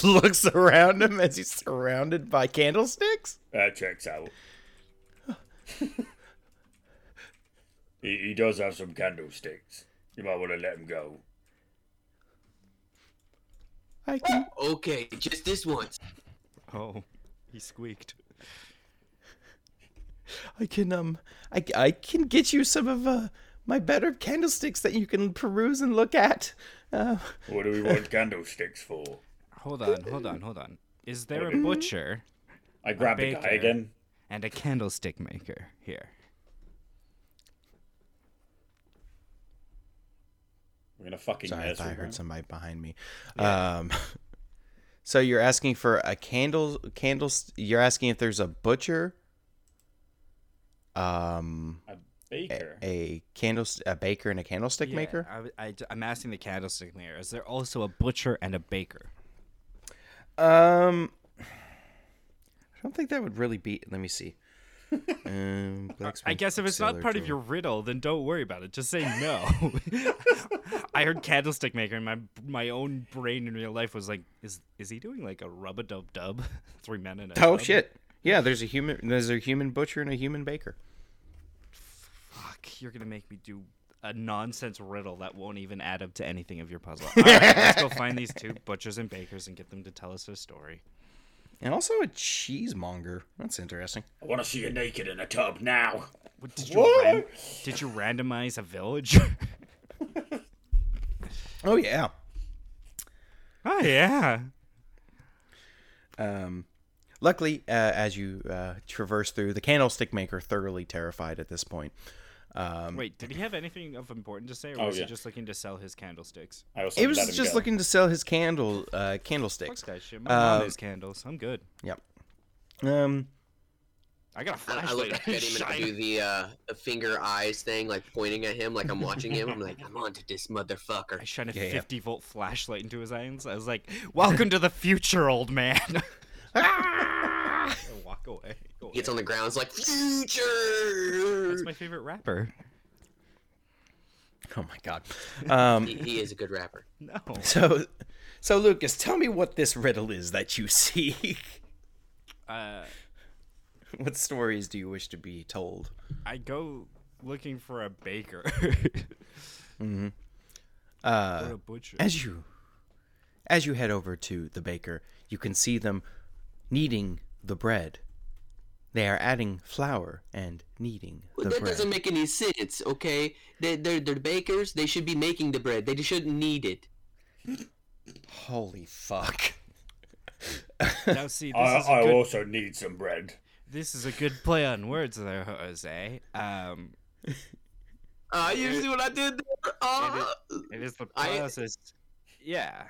A: looks around him as he's surrounded by candlesticks.
C: That checks out.
A: (laughs)
C: he, he does have some candlesticks. You might want to let him go.
A: I can.
D: Okay, just this once.
E: Oh, he squeaked.
A: I can um I, I can get you some of uh, my better candlesticks that you can peruse and look at. Uh,
C: What do we want
A: (laughs)
C: candlesticks for?
E: Hold on, hold on, hold on. Is there a butcher
C: I grab the guy
E: baker.
C: again.
E: and a candlestick maker here?
C: We're gonna fucking
A: sorry, I
C: mess
A: thought I
C: with him.
A: heard somebody behind me. Um, (laughs) so you're asking for a candle candles? You're asking if there's a butcher, um,
C: A baker.
A: a candle, a baker, and a candlestick maker.
E: I, am asking the candlestick maker. Is there also a butcher and a baker?
A: Um, I don't think that would really be. Let me
E: (laughs)
A: see. Um,
E: I guess if it's not part of your riddle, then don't worry about it. Just say no. (laughs) I heard candlestick maker, and my my own brain in real life was like, is is he doing like a rub a dub dub? (laughs) Three men in a
A: Oh
E: tub?
A: shit! Yeah, there's a human. There's a human butcher and a human baker.
E: Fuck, you're gonna make me do a nonsense riddle that won't even add up to anything of
A: (laughs)
E: your puzzle. All right, let's go find these two butchers and bakers and get them to tell us their story.
A: And also a cheesemonger. That's interesting.
C: I want to see you naked in a tub now.
E: What, did you
C: What?
E: ran- did you randomize a village? (laughs)
A: Oh yeah.
E: oh yeah.
A: Um, luckily, uh, as you uh, traverse through, the candlestick maker thoroughly terrified at this point. Um,
E: Wait, did he have anything of important to say, or
C: Oh,
E: was
C: yeah.
E: he just looking to sell his candlesticks?
C: I also
A: It was
C: let him
A: just
C: go.
A: looking to sell his candle uh,
E: Fuck
A: candlesticks.
E: that shit. My mom
A: Um,
E: is candles. I'm good.
A: Yep. Um.
E: I got a
D: I, I look
E: flashlight.
D: up at him and
E: (laughs)
D: I do the uh, the finger eyes thing, like pointing at him, like I'm watching him. I'm like, I'm onto this
E: I
D: motherfucker.
E: shine a
A: Yeah, yeah.
E: 50 volt flashlight into his eyes. I was like, "Welcome to the future, old man." (laughs) Ah! And walk away. Go away.
D: Gets on the ground, it's like future.
E: (laughs) That's my favorite rapper.
A: Oh my god. Um.
D: He, he is a good rapper.
E: No.
A: (laughs) So, so Lucas, tell me what this riddle is that you (laughs) seek.
E: Uh,
A: what stories do you wish to be told?
E: I go looking for a baker (laughs)
A: Uh,
E: or a butcher.
A: as you, as you head over to the baker, you can see them kneading the bread. They are adding flour and kneading
D: Well,
A: the
D: that
A: bread.
D: doesn't make any sense, okay? They, they're, they're bakers. They should be making the bread. They shouldn't need it.
A: Holy fuck!
E: Now see, this
C: (laughs) I,
E: is a
C: I
E: good
C: also need some bread.
E: This is a good play on words there, Jose. Um,
D: Uh, you see what I did there? Uh,
E: it is the
D: I-
E: process. Yeah,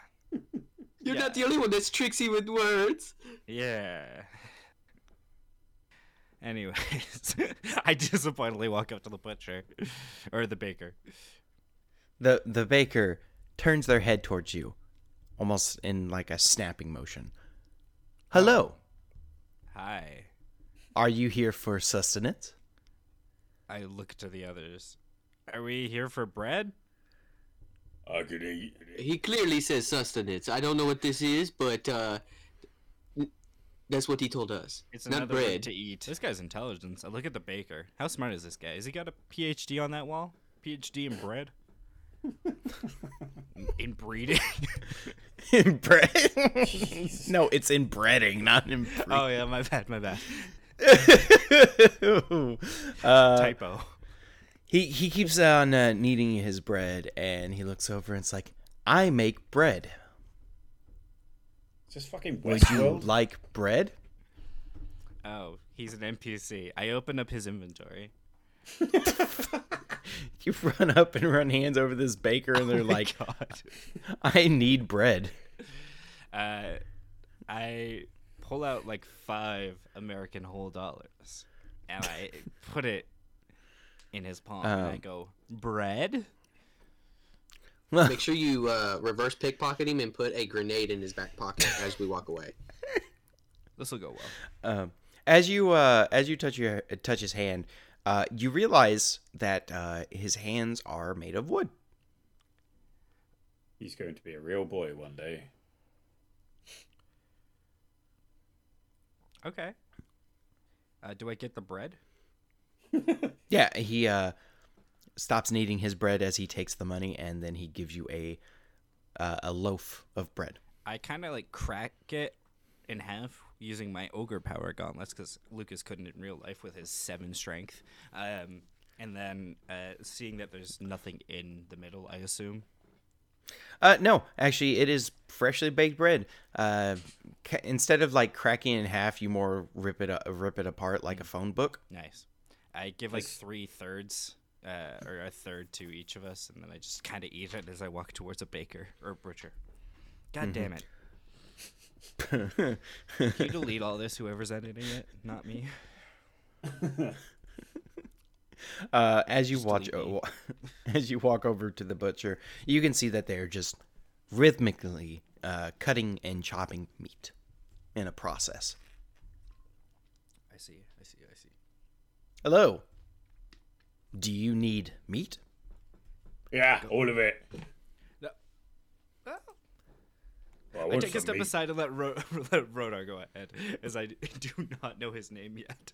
D: you're
E: yeah.
D: not the only one that's tricksy with words.
E: yeah. (laughs) Anyways, (laughs) I disappointingly walk up to the butcher or the baker.
A: The the baker turns their head towards you, almost in like a snapping motion. Hello.
E: Hi.
A: Are you here for sustenance?
E: I look to the others. Are we here for bread?
C: I could eat.
D: He clearly says sustenance. I don't know what this is, but uh, that's what he told us.
E: It's
D: not
E: another word
D: bread.
E: to eat. This guy's intelligence. I look at the baker. How smart is this guy? Has he got a PhD on that wall? PhD in bread?
D: (laughs)
E: in breeding?
A: In bread? (laughs) no, it's in breading, not in (laughs)
E: oh yeah, my bad, my bad.
A: bread. uh,
E: Typo.
A: he he keeps on uh, kneading his bread, and he looks over and it's like, "I make bread.
C: It's just fucking
A: Would you
C: Westworld.
A: like bread?"
E: Oh, he's an NPC. I open up his inventory.
A: You run up and run hands over this baker, and they're
E: My
A: like,
E: God.
A: "I need bread."
E: Uh, I pull out like five American whole dollars and I put it in his palm and I
A: Um,
E: go, bread?
D: Make sure you uh, reverse pickpocket him and put a grenade in his back pocket as we walk away.
E: This will go well.
A: Um, as you uh, as you touch your touch his hand, uh, you realize that uh, his hands are made of wood.
C: He's going to be a real boy one day.
E: Okay. Uh, do I get the bread?
A: Yeah, he uh, stops kneading his bread as he takes the money, and then he gives you a uh, a loaf of bread.
E: I kind of like crack it in half using my ogre power gauntlets because Lucas couldn't in real life with his seven strength. Um, and then uh, seeing that there's nothing in the middle, I assume.
A: Uh, no, actually, it is freshly baked bread. Uh, ca- instead of like cracking it in half, you more rip it up, rip it apart like a phone book.
E: Nice. I give like three thirds uh, or a third to each of us, and then I just kind of eat it as I walk towards a baker or a butcher. God damn (laughs) it. Can you delete all this, whoever's editing it? Not me.
A: Uh, as you watch,
E: delete me.
A: wa- (laughs) as you walk over to the butcher, you can see that they're just rhythmically uh, cutting and chopping meat in a process.
E: I see. I see. I see.
A: Hello. Do you need meat?
C: Yeah, all of it. Well,
E: I
C: want
E: take a
C: some
E: step
C: meat.
E: aside and let, Ro- (laughs) let Rodar go ahead, as I (laughs) do not know his name yet.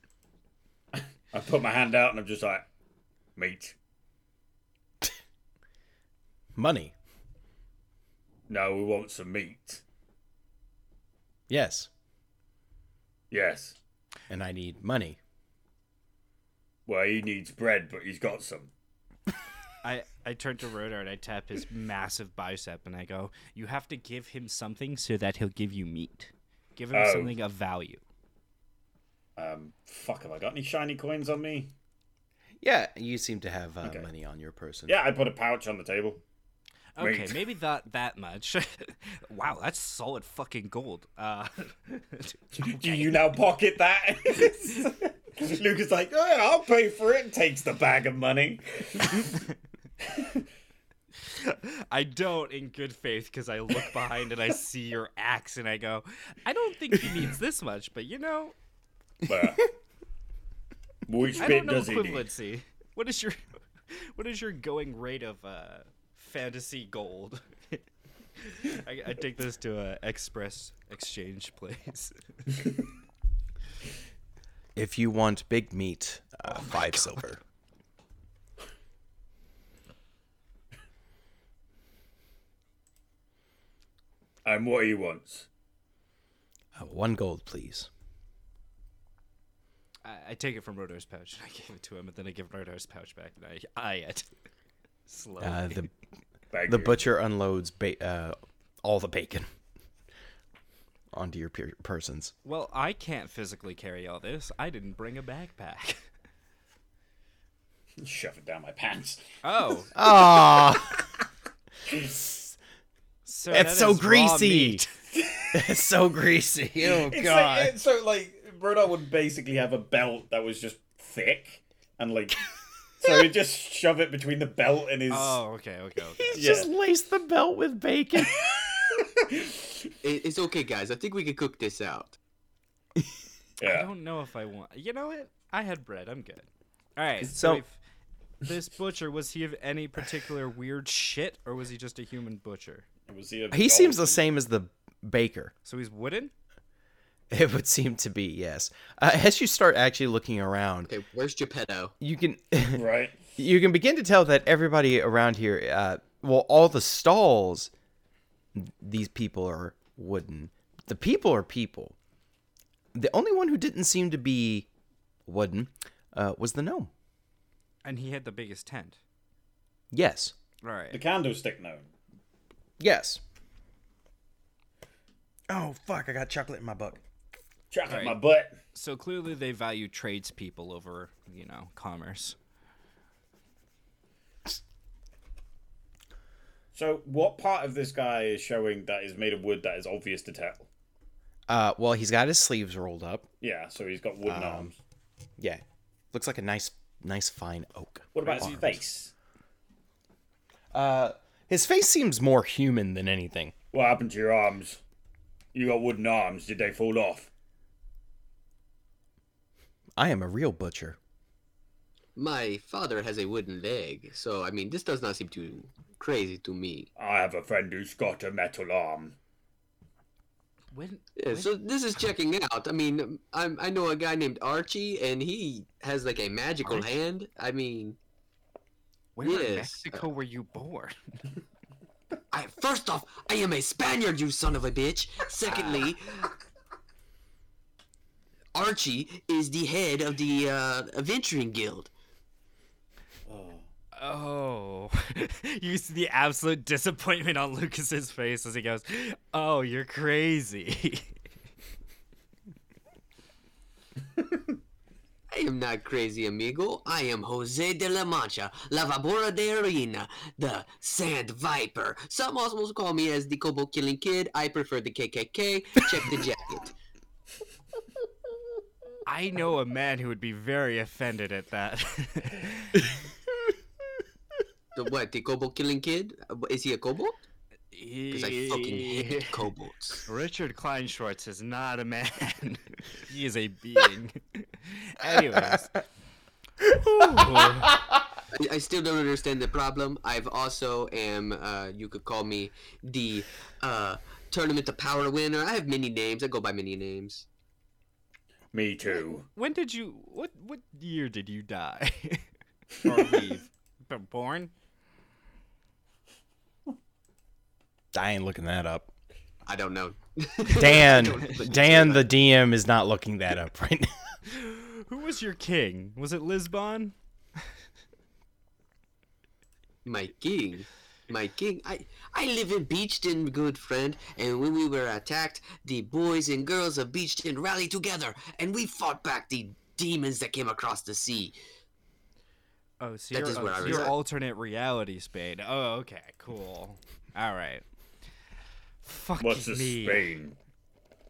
C: I put my hand out and I'm just like, meat.
A: Money.
C: No, we want some meat.
A: Yes.
C: Yes.
A: And I need money.
C: Well, he needs bread, but he's got some.
E: I, I turn to Rodar and I tap his massive bicep and I go, You have to give him something so that he'll give you meat. Give him
C: Oh.
E: something of value.
C: Um, fuck, have I got any shiny coins on me?
A: Yeah, you seem to have uh,
C: Okay.
A: money on your person.
C: Yeah, I put a pouch on the table.
E: Okay,
C: Wait.
E: maybe not that much. (laughs) wow, that's solid fucking gold. Uh, (laughs)
C: Do you now pocket that? (laughs) Luke is like, oh, I'll pay for it. Takes the bag of money.
E: I don't in good faith because I look behind
C: (laughs)
E: and I see your axe and I go, I don't think he needs this much, but you know,
C: Well, (laughs) which
E: I
C: bit
E: don't know
C: does he need?
E: equivalency. What is your (laughs) what is your going rate of uh, fantasy gold? (laughs) I, I take this to a express exchange place. (laughs)
A: If you want big meat,
C: Oh
A: uh, five silver.
C: And what he wants.
A: Uh, one gold, please.
E: I, I take it from Rodar's pouch (laughs) and I give it to him, and then I give Rodar's pouch back and I (laughs) eye it slowly.
A: Uh, the
C: Thank
A: the
C: you.
A: butcher unloads ba- uh, all the bacon (laughs) onto your per- persons.
E: well, I can't physically carry all this. I didn't bring a (laughs) backpack.
C: Shove it down my pants.
E: Oh,
A: Ah,
E: so
A: it's
E: that
A: so
E: is raw
A: greasy.
E: (laughs) meat.
A: (laughs) it's so greasy. Oh
C: It's
A: god.
C: Like, it's so like Rodar would basically have a belt that was just thick and like so he'd just shove it between the belt and his
E: Oh, okay, okay, okay.
C: yeah.
A: Just lace the belt with bacon.
D: It, it's okay, guys. I think we can cook this out.
E: (laughs) I
C: Yeah.
E: don't know if I want. You know what? I had bread. I'm good. All right.
A: So-
E: So, if this butcher was he of any particular weird shit, or was he just a human butcher?
C: Was he a
A: He seems the
C: gold-
A: same as the baker. (laughs)
E: So he's wooden.
A: It would seem to be, yes. Uh, as you start actually looking around,
D: Okay, where's Geppetto?
A: you can (laughs)
C: right?
A: you can begin to tell that everybody around here, uh, well, all the stalls, these people are wooden. The people are people. The only one who didn't seem to be wooden uh, was the gnome.
E: and he had the biggest tent.
A: Yes.
E: All
C: The
E: right.
C: candlestick gnome.
A: Yes. Oh fuck! I got chocolate in my book.
C: Chuck at
E: Right.
C: my butt.
E: So clearly they value tradespeople over, you know, commerce.
C: So, what part of this guy is showing that is made of wood that is obvious to tell?
A: Uh, well, he's got his sleeves rolled up.
C: Yeah, so he's got wooden arms.
A: Yeah, looks like a nice, nice fine oak.
C: What about his
A: Arms.
C: face?
A: Uh, His face seems more human than anything.
C: What happened to your arms? You got wooden arms. Did they fall off?
A: I am a real butcher.
D: My father has a wooden leg, so I mean, this does not seem too crazy to me.
C: I have a friend who's got a metal arm.
E: When
D: Yeah, so this is checking out. I mean, I'm, I know a guy named Archie, and he has like a magical
E: Archie?
D: hand. I mean,
E: where in
D: Yes.
E: Mexico were you born?
D: I first off, I am a Spaniard, you son of a bitch. Secondly, Archie is the head of the uh, adventuring guild.
E: Oh, (laughs) you see the absolute disappointment on Lucas's face as he goes, "Oh, you're crazy." (laughs)
D: I am not crazy, amigo. I am Jose de la Mancha, La Vabora de Arena, the Sand Viper. Some also call me as the Kobo Killing Kid. I prefer the KKK. Check the jacket.
E: I know a man who would be very offended at that. (laughs)
D: the what? The Kobo Killing Kid? Uh, Is he a kobold? Because I fucking hate kobolds.
E: Richard Kleinschwartz is not
D: (laughs)
E: a man. he is a being. (laughs)
D: (laughs)
E: Anyways. Ooh.
D: I- I still don't understand the problem. I've also am uh, you could call me the uh, tournament of power winner. I have many names. I go by many names.
C: Me too.
E: When did you what what year did you die? or leave? B- (laughs) Born?
A: I ain't looking that up.
D: I don't know. (laughs)
A: (laughs) Dan, Dan, the DM is not looking that up right now.
E: Who was your king? Was it Lisbon?
D: My king, my king. I I live in Beachton, good friend. And when we were attacked, the boys and girls of Beachton rallied together, and we fought back the demons that came across the sea.
E: Oh, so
D: That
E: your,
D: is where I
E: oh, so your
D: reside.
E: alternate reality Spain. Oh, okay, cool. All right. Fuck
C: What's
E: me.
C: a Spain?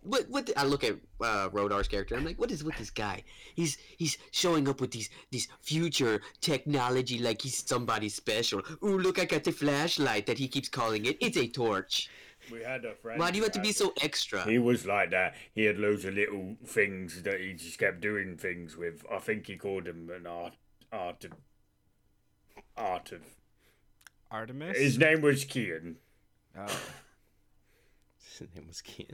D: what what the- I look at uh, Rodar's character. I'm like, what is with this guy? He's he's showing up with these these future technology like he's somebody special. Ooh, look, I got the flashlight that he keeps calling it. It's a torch.
C: We had a friend.
D: Why do you have to
C: who
D: be
C: had-
D: so extra?
C: He was like that. He had loads of little things that he just kept doing things with. I think he called them an art, art of, art of.
E: Artemis?
C: His name was Kian.
E: Oh.
A: His name was Ken.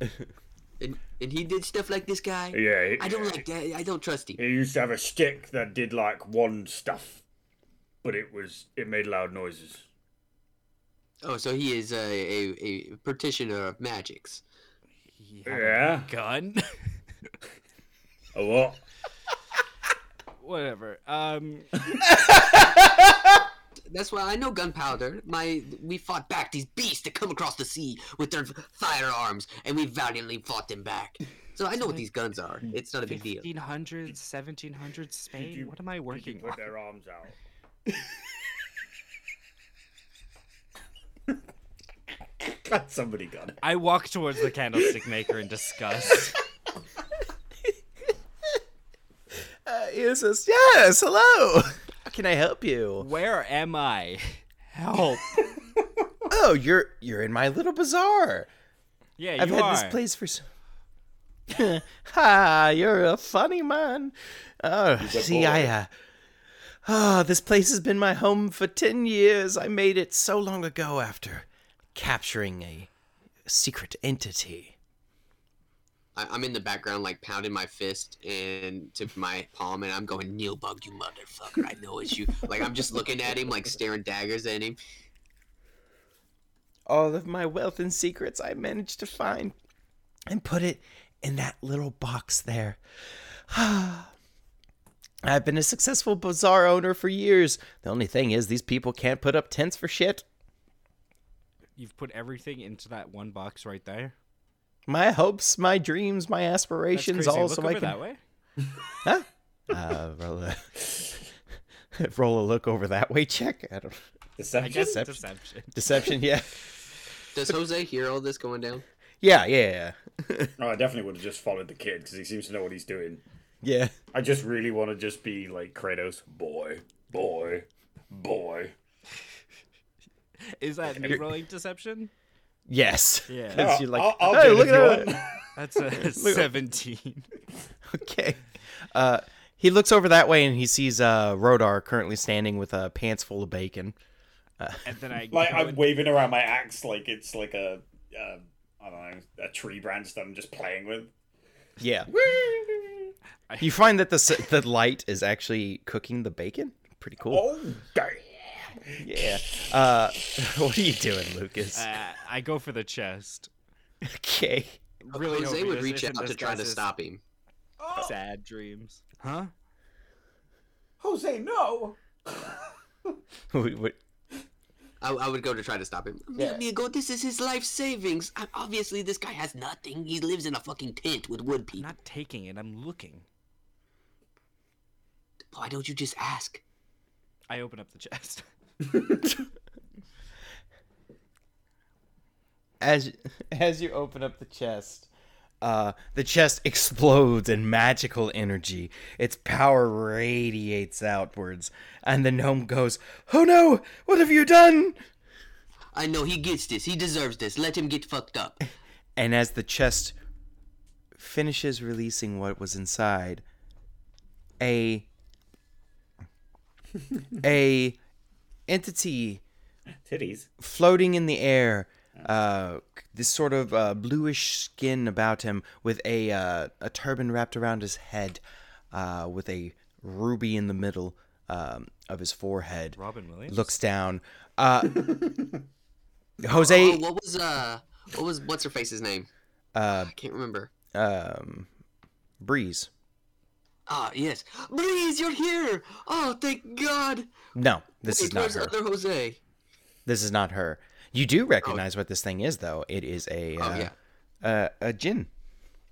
D: And, and he did stuff like this guy.
C: Yeah. He,
D: I don't like that. I don't trust him.
C: He used to have a stick that did like one stuff, but it was it made loud noises.
D: Oh, so he is a a, a partitioner of magics.
E: He had a
C: Yeah.
E: Gun? (laughs)
C: A what?
E: Whatever. Um,
D: That's why I know gunpowder. My we fought back these beasts that come across the sea with their firearms, and we valiantly fought them back. So I know what these guns are. It's not a big deal.
E: 1500s, 1700s Spain?
C: you-
E: what am I
C: He
E: working
C: put
E: on?
C: their arms out.
D: (laughs)
C: Glad somebody got it.
E: I walk towards the candlestick maker
D: (laughs)
E: in disgust.
A: (laughs) Uh, he says, "Yes, hello. (laughs) How can I help you?
E: Where am I? Help.
A: Oh, you're you're in my little bazaar.
E: Yeah,
A: I've
E: you
A: had
E: are.
A: (laughs) this place for so. ha! Ah, You're a funny man. Oh, see, I. Uh, oh, this place has been my home for ten years. I made it so long ago after capturing a secret entity.
D: I, I'm in the background, like pounding my fist and to my palm, and I'm going, Neil Bug, you motherfucker! I know it's you. like I'm just looking at him, like staring daggers at him.
A: All of my wealth and secrets I managed to find and put it in that little box there. (sighs) I've been a successful bazaar owner for years. The only thing is, these people can't put up tents for shit.
E: You've put everything into that one box right there.
A: My hopes, my dreams, my
E: That's
A: aspirations,
E: crazy.
A: all
E: Look
A: so
E: over
A: I can.
E: that way.
A: Huh? Uh, (laughs) roll, a... roll a look over that way check. I don't...
E: I
C: Deception?
E: guess
A: Deception.
E: deception. (laughs)
A: Deception, yeah.
D: Does Jose hear all this going down?
A: Yeah, yeah,
C: Oh, I definitely would have just followed the kid because he seems to know what he's doing.
A: yeah. Yeah.
C: I just really want to just be like Kratos, boy, boy, boy.
E: Is that me rolling deception?
A: Yes.
E: Yeah.
A: 'Cause you're like,
C: Uh, I'll, I'll
A: "Hey,
C: do it
A: look
C: if
A: at
C: you
A: that.
C: want. (laughs)
E: That's (laughs) a seventeen.
A: (laughs) Okay. Uh, he looks over that way and he sees uh, Rodar currently standing with uh, pants full of bacon.
E: (laughs) And then I
C: Like
E: go
A: (laughs)
C: I'm
E: and-
C: (laughs) waving around my axe like it's like a, uh, I don't know, a tree branch that I'm just playing with.
A: Yeah. you find that the s- the light is actually cooking the bacon. Pretty cool.
C: Oh, damn.
A: Yeah. Uh, (laughs) what are you doing, Lucas?
E: uh, I go for the chest.
A: okay. (laughs)
E: Really
D: Jose
E: hope he
D: would
E: doesn't
D: reach
E: listen
D: out to try to
E: this
D: stop him.
C: Oh!
E: guy's Sad dreams. Huh?
C: Jose, no.
A: Wait, wait.
D: I, I would go to try to stop him.
B: Mil Amigo, this is his life savings. I- obviously, this guy has nothing. He lives in a fucking tent with wood
E: I'm
B: people.
E: not taking it. I'm looking.
B: Why don't you just ask?
E: I open up the chest.
A: as as you open up the chest uh, the chest explodes in magical energy. Its power radiates outwards, and the gnome goes, "Oh no! What have you done?"
B: I know he gets this. He deserves this. Let him get fucked up.
A: And as the chest finishes releasing what was inside, a (laughs) a entity
C: Titties.
A: floating in the air, uh, this sort of uh, bluish skin about him, with a uh, a turban wrapped around his head, uh, with a ruby in the middle um, of his forehead.
E: (laughs) Robin Williams.
A: Looks down. Uh, (laughs)
D: Oh,
B: Oh,
A: Jose,
D: what was uh, what was what's her face's name?
A: uh,
D: I can't remember.
A: um, Breeze.
D: Ah, yes.
B: Breeze, you're here. Oh, thank God.
A: No, this is
D: Wait,
A: not
D: where's
A: her.
D: other Jose?
A: This is not her. You do recognize what this thing is, though. It is a uh,
D: Oh, yeah.
A: uh, a gin.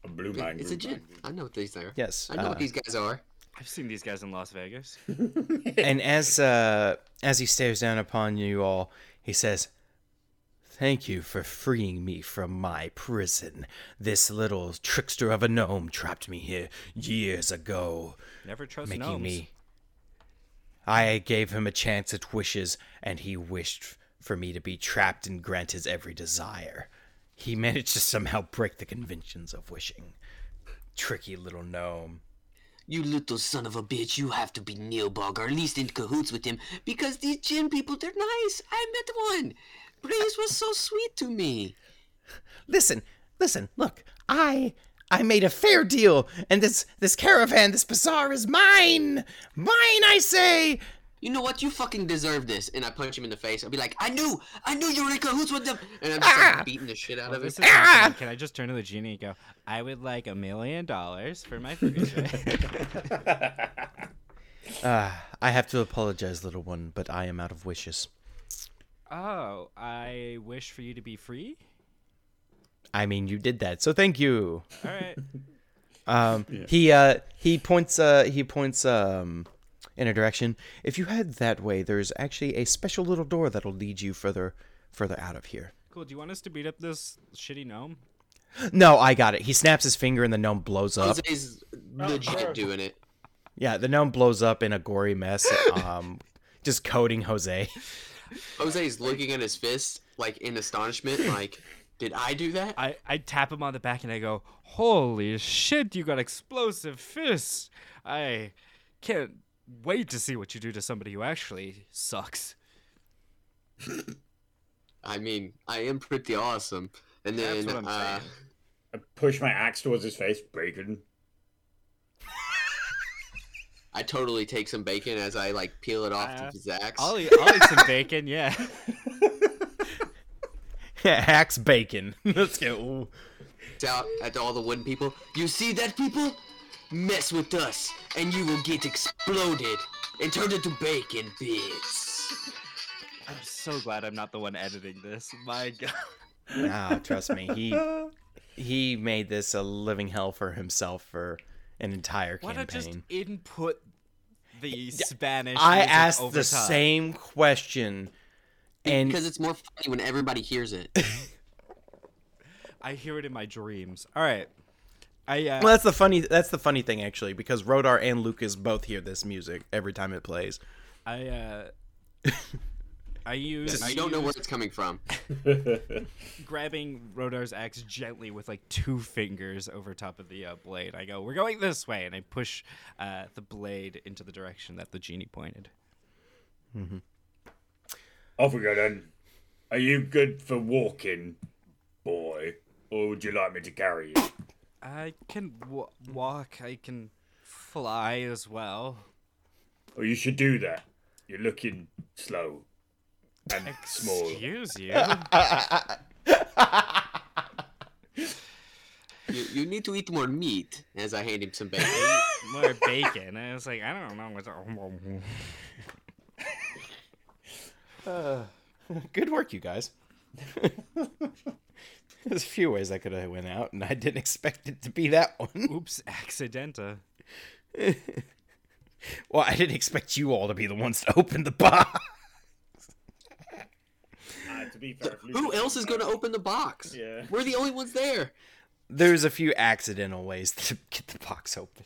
C: A blue man.
D: It's a gin. I know what these are.
A: Yes,
D: I know
A: uh,
D: what these guys are.
E: I've seen these guys in Las Vegas.
A: and as uh, as he stares down upon you all, he says, "Thank you for freeing me from my prison. This little trickster of a gnome trapped me here years ago,
E: Never trust
A: making
E: gnomes.
A: me. I gave him a chance at wishes, and he wished for me to be trapped and grant his every desire. He managed to somehow break the conventions of wishing. Tricky little gnome."
B: You little son of a bitch, you have to be Neilbog, or at least in cahoots with him, because these gin people, they're nice. I met one. Breeze was so sweet to me.
A: listen, listen, look, I I made a fair deal, and this this caravan, this bazaar is mine. Mine, I say.
D: You know what? You fucking deserve this. And I punch him in the face. I'll be like, I knew, I knew you were in cahoots with them. And I'm just like beating the shit out
E: Well,
D: of him.
E: this is happening. Can I just turn to the genie and go, I would like a million dollars for my freezer? (laughs)
A: Ah, I have to apologize, little one, but I am out of wishes.
E: oh, I wish for you to be free?
A: I mean, you did that, so thank you.
E: All (laughs) right.
A: Um, he uh, he points uh, he points um, in a direction. If you head that way, there's actually a special little door that'll lead you further further out of here.
E: Cool. Do you want us to beat up this shitty gnome?
A: No, I got it. He snaps his finger, and the gnome blows up.
D: Jose's
E: Oh.
D: legit doing it.
A: Yeah, the gnome blows up in a gory mess, um, (laughs) just coating Jose. (laughs)
D: Jose's looking at his fist like in astonishment, like, Did I do that?
E: I, I tap him on the back and I go, Holy shit, you got explosive fists. I can't wait to see what you do to somebody who actually sucks.
D: I mean, I am pretty awesome. And then
E: That's what I'm
D: uh,
E: saying.
C: I push my axe towards his face, breaking.
D: I totally take some bacon as I like peel it off
E: Uh,
D: to his axe.
E: I'll eat, I'll eat (laughs) some bacon, yeah.
A: Axe bacon. (laughs) Let's go.
D: It's out at all the wooden people. You see that, people? Mess with us, and you will get exploded and turned into bacon bits.
E: I'm so glad I'm not the one editing this. My god.
A: Ah, trust me. He he made this a living hell for himself for an entire
E: Why not just
A: campaign.
E: input the Spanish?
A: I
E: music
A: asked
E: over
A: the
E: top?
A: same question, and
D: Because it's more funny when everybody hears
C: (laughs)
D: it.
E: I hear it in my dreams. All right. I uh,
A: well, that's the funny. That's the funny thing actually, because Rodar and Lucas both hear this music every time it plays.
E: I uh, I use
D: I don't know where it's coming from.
E: grabbing Rodar's axe gently with like two fingers over top of the uh, blade. I go, "We're going this way," and I push uh, the blade into the direction that the genie pointed.
C: Off we go then. Are you good for walking, boy? Or would you like me to carry you?
E: I can w- walk. I can fly as well.
C: Or you should do that. You're looking slow and small.
E: Excuse you.
D: You, you need to eat more meat. As I hand him some bacon.
E: More bacon. I was like, I don't know what's.
A: Good work, you guys. (laughs) There's a few ways I could have went out, and I didn't (laughs) expect it to be that one.
E: Oops, accidenta.
A: Well, I didn't expect you all to be the ones to open the box.
C: Uh, to be fair, if
D: Who
C: Lucas-
D: else is going to open the box?
C: Yeah.
D: We're the only ones
C: (laughs)
D: there.
A: (laughs) There's a few accidental ways to (laughs) get the box open.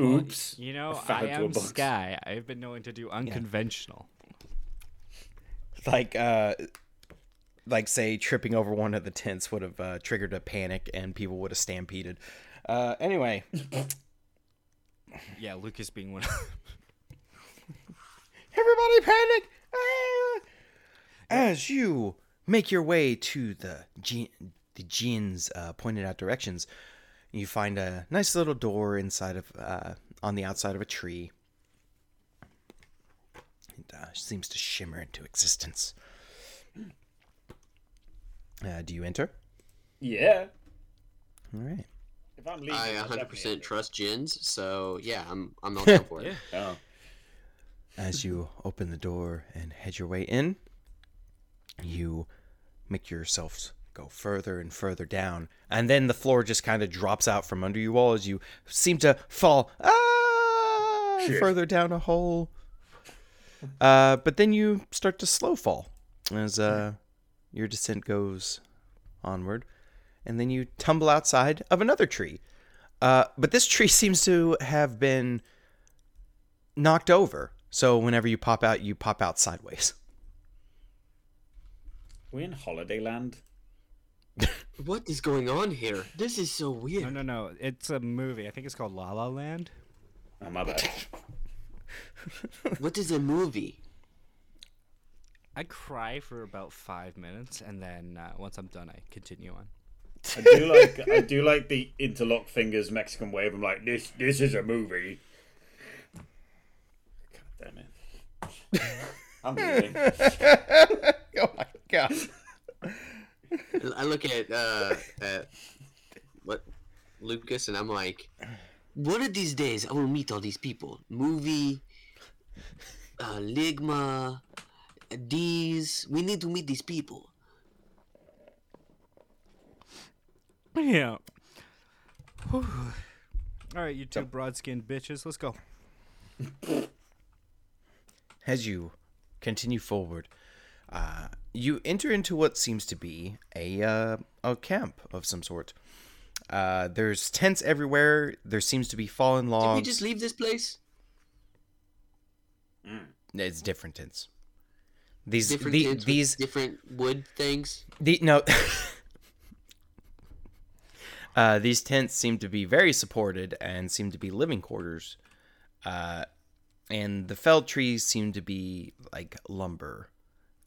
C: Oops.
E: You know,
C: fell
E: I
C: into a
E: am
C: box.
E: Sky. I've been known to do unconventional.
A: Like, uh, like say tripping over one of the tents would have uh, triggered a panic, and people would have stampeded. Uh, anyway,
E: Yeah, Lucas being one. of
C: (laughs)
E: (laughs)
A: everybody panic! Ah! As you make your way to the jin, the jin's uh, pointed out directions, you find a nice little door inside of uh, on the outside of a tree. It uh, seems to shimmer into existence. Uh, do you enter?
C: Yeah.
A: All right.
C: If I'm leaving,
D: I
C: I'll
D: 100%
C: definitely-
D: trust gins, so yeah, I'm I'm all down for it.
C: Oh.
A: As you open the door and head your way in, you make yourselves go further and further down, and then the floor just kind of drops out from under you all as you seem to fall ah,
C: Shit.
A: further down a hole. Uh, but then you start to slow fall as uh, your descent goes onward, and then you tumble outside of another tree. Uh, but this tree (laughs) seems to have been knocked over. So whenever you pop out, you pop out sideways. (laughs)
C: we in holiday land?
D: What is going on here? This is so
E: no,
D: weird.
E: no, no. It's a movie. I think it's called La La Land.
C: Oh, my bad.
D: What is a movie?
E: I cry for about five minutes, and then uh, once I'm done, I continue on.
C: I do like I do like the interlock fingers Mexican wave. I'm like this. This is a movie. God damn it! I'm leaving.
A: Oh my god!
D: I look at uh at what Lucas and I'm like, one of these days I will meet all these people. Movie, uh, Ligma, these. We need to meet these people.
E: (sighs) Yeah. Whew. All right, you two broad-skinned bitches, let's go.
A: As you continue forward, uh, you enter into what seems to be a uh, a camp of some sort. Uh, there's tents everywhere. There seems to be fallen
D: Did we
A: logs.
D: just leave this place?
A: It's different tents. These
D: Different
A: the,
D: tents with
A: these
D: different wood things.
A: the, no. (laughs) Uh, these tents seem to be very supported and seem to be living quarters. Uh, and the felled trees seem to be like lumber.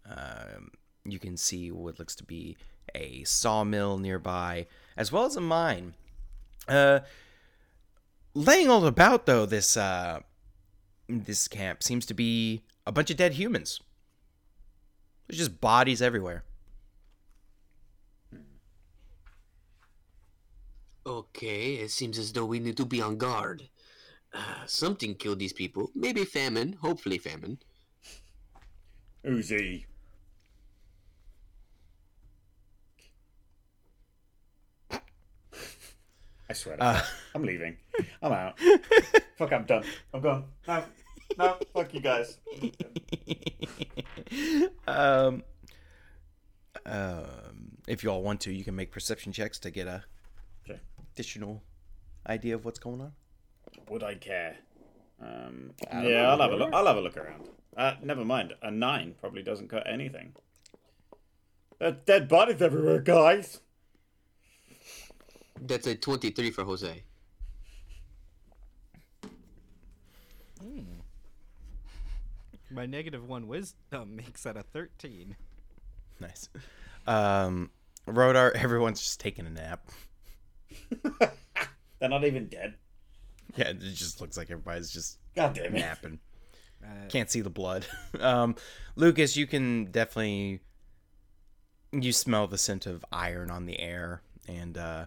A: Um, you can see what looks to be a sawmill nearby, as well as a mine. Uh, laying all about though this uh, this camp seems to be a bunch of dead humans. There's just bodies everywhere.
B: Okay, it seems as though we need to be on guard. Uh, something killed these people. Maybe famine. Hopefully, famine.
C: Who's he? I swear to God, I'm leaving. I'm (laughs) out. fuck, I'm done. I'm gone. No, no, fuck you guys.
A: um, um, if you all want to, you can make perception checks to get a
C: Okay.
A: additional idea of what's going on.
C: Would I care? Um, yeah, I'll have a look. I'll have a look around. Uh, never mind. A nine probably doesn't cut anything. There's dead bodies everywhere, guys.
B: That's a 23 for Jose.
E: My negative one wisdom (laughs) makes that a (laughs) 13.
A: Nice. Um, Rodar, (laughs) everyone's just taking a nap. (laughs)
C: They're not even dead.
A: Yeah, it just looks like everybody's just
C: God damn it.
A: napping. Can't see the blood. (laughs) um, Lucas, you can definitely you smell the scent of iron on the air and uh,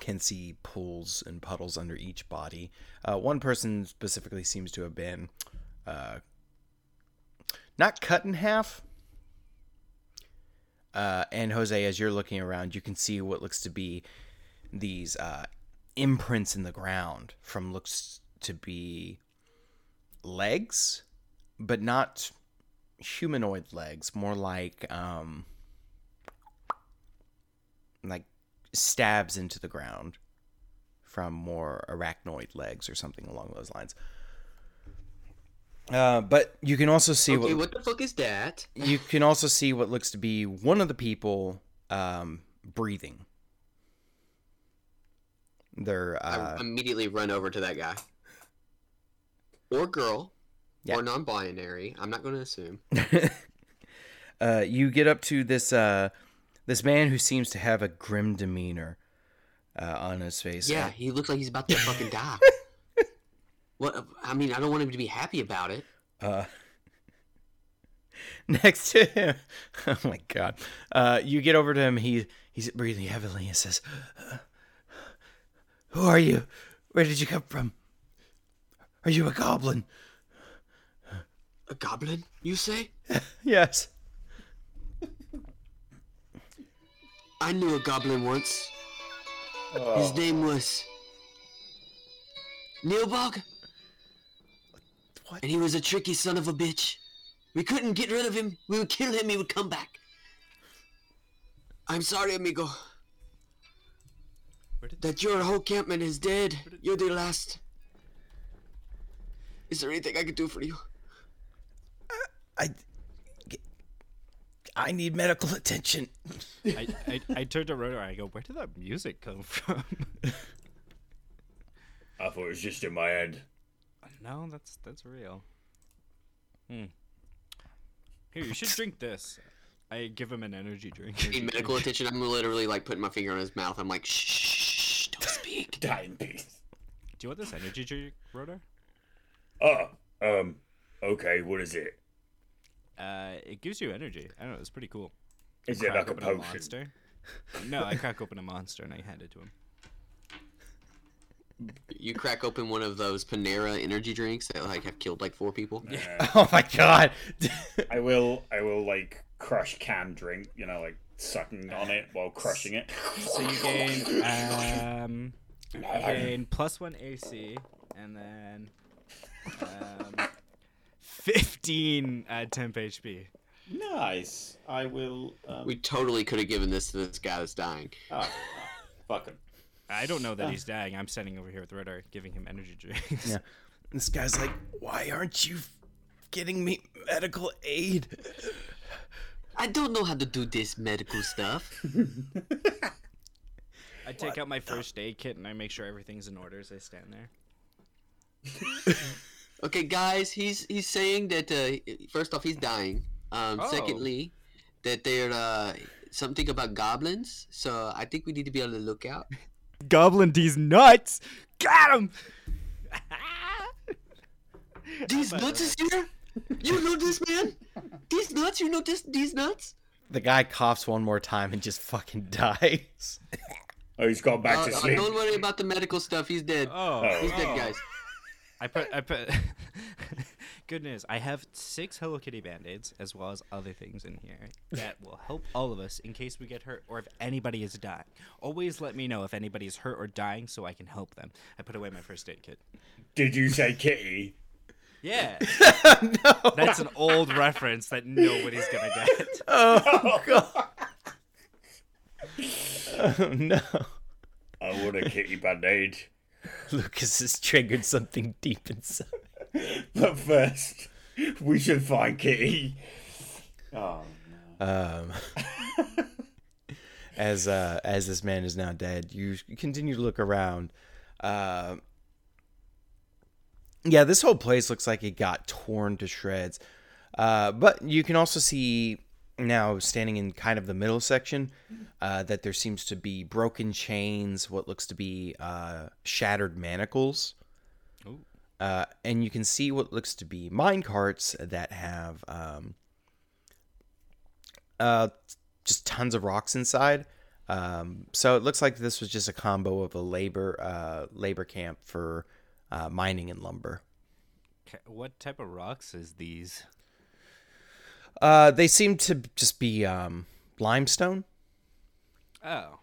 A: can see pools and puddles under each body. Uh, one person specifically seems to have been uh, not cut in half. Uh, and Jose, as you're looking around, you can see what looks to be these uh, imprints in the ground from looks to be legs, but not humanoid legs, more like um like stabs into the ground from more arachnoid legs or something along those lines. Uh, but you can also see
B: Okay,
A: what
B: what the fuck is that?
A: you can also see what looks to be one of the people um, breathing. They're
D: I
A: uh,
D: immediately run over to that guy. Or girl.
A: Yeah.
D: Or non binary. I'm not going to assume.
A: uh, you get up to this uh, this man who seems to have a grim demeanor uh, on his face.
B: Yeah, he looks like he's about to
A: (laughs)
B: fucking die. What? I mean, I don't want him to be happy about it.
A: Uh, (laughs) next to him, (laughs) oh my god! Uh, you get over to him. He he's breathing heavily and says, "Who are you? Where did you come from? Are you a goblin?"
B: A goblin, you say?
A: Yes.
B: I knew a goblin once.
E: Oh.
B: His name was Neilbog.
A: What?
B: And he was a tricky son of a bitch. We couldn't get rid of him. We would kill him. He would come back. I'm sorry, amigo.
E: Where did-
B: That your whole campman is dead. You're the last. Is there anything I could do for you?
A: I I need medical attention. (laughs)
E: I, I, I turned to Rotor and I go, Where did that music come (laughs) from?
C: I thought it was just in my head.
E: no, that's that's real. Hmm. Here, you should drink this. I give him an energy (laughs) drink.
D: In medical attention, I'm literally like putting my finger on his mouth. I'm like, shh, shh, shh, don't
B: (laughs)
D: speak.
C: Die in peace.
E: Do you want this energy drink, Rotor?
C: Oh, um, okay. What is it?
E: Uh, it gives you energy. I don't know. It's pretty cool.
C: Is it like a
E: open
C: potion?
E: monster. No, I crack open a monster and I hand it to him.
D: You crack open one of those Panera energy drinks that like have killed like four people.
C: Uh,
A: Oh my god. (laughs)
C: I will. I will like crush can drink. You know, like sucking on it while crushing it.
E: So you gain um, you gain plus one AC and then um, fifteen uh, temp HP.
C: Nice. I will. Um,
D: We totally could have given this to this guy that's dying.
C: ah, fuck him.
E: I don't know that he's dying. I'm standing over here with Rotor, giving him energy drinks.
A: Yeah. this guy's like, "Why aren't you getting me medical aid?"
E: (laughs)
B: I don't know how to do this medical stuff.
E: (laughs) I take out my first aid kit and I make sure everything's in order as I stand there.
D: Okay, guys, he's he's saying that uh, first off he's dying. Um,
E: Oh.
D: Secondly, that they're uh, something about goblins. So I think we need to be on the
E: (laughs)
D: lookout.
E: Goblin D's nuts! Got him!
D: These nuts is here. You know this man. These nuts. You know this. These nuts.
A: The guy coughs one more time and just fucking (laughs) dies.
C: Oh, he's gone back
D: Uh,
C: to
D: uh,
C: sleep.
D: don't worry about the medical stuff. He's dead.
E: (laughs) Oh,
D: he's dead,
E: oh.
D: guys.
E: I put I put (laughs) Good news. I have six Hello Kitty band-aids as well as other things in here (laughs) that will help all of us in case we get hurt or if anybody is dying. Always let me know if anybody is hurt or dying so I can help them. I put away my first aid kit.
C: Did you say kitty?
E: (laughs) Yeah. That's an old reference that nobody's (laughs) gonna get.
A: Oh god. oh no.
C: I want a kitty band aid.
A: Lucas has triggered something deep inside.
C: But first, we should find kitty. Oh,
A: Um, (laughs) as uh, as this man is now dead, you continue to look around. Uh, yeah, this whole place looks like it got torn to shreds. Uh, but you can also see now, standing in kind of the middle section, uh, that there seems to be broken chains, what looks to be uh, shattered manacles. Uh, and you can see what looks to be mine carts that have um, uh, just tons of rocks inside. Um, so it looks like this was just a combo of a labor uh, labor camp for uh, mining and lumber.
E: Ca- What type of rocks is these?
A: Uh, they seem to just be um, limestone,
E: Oh.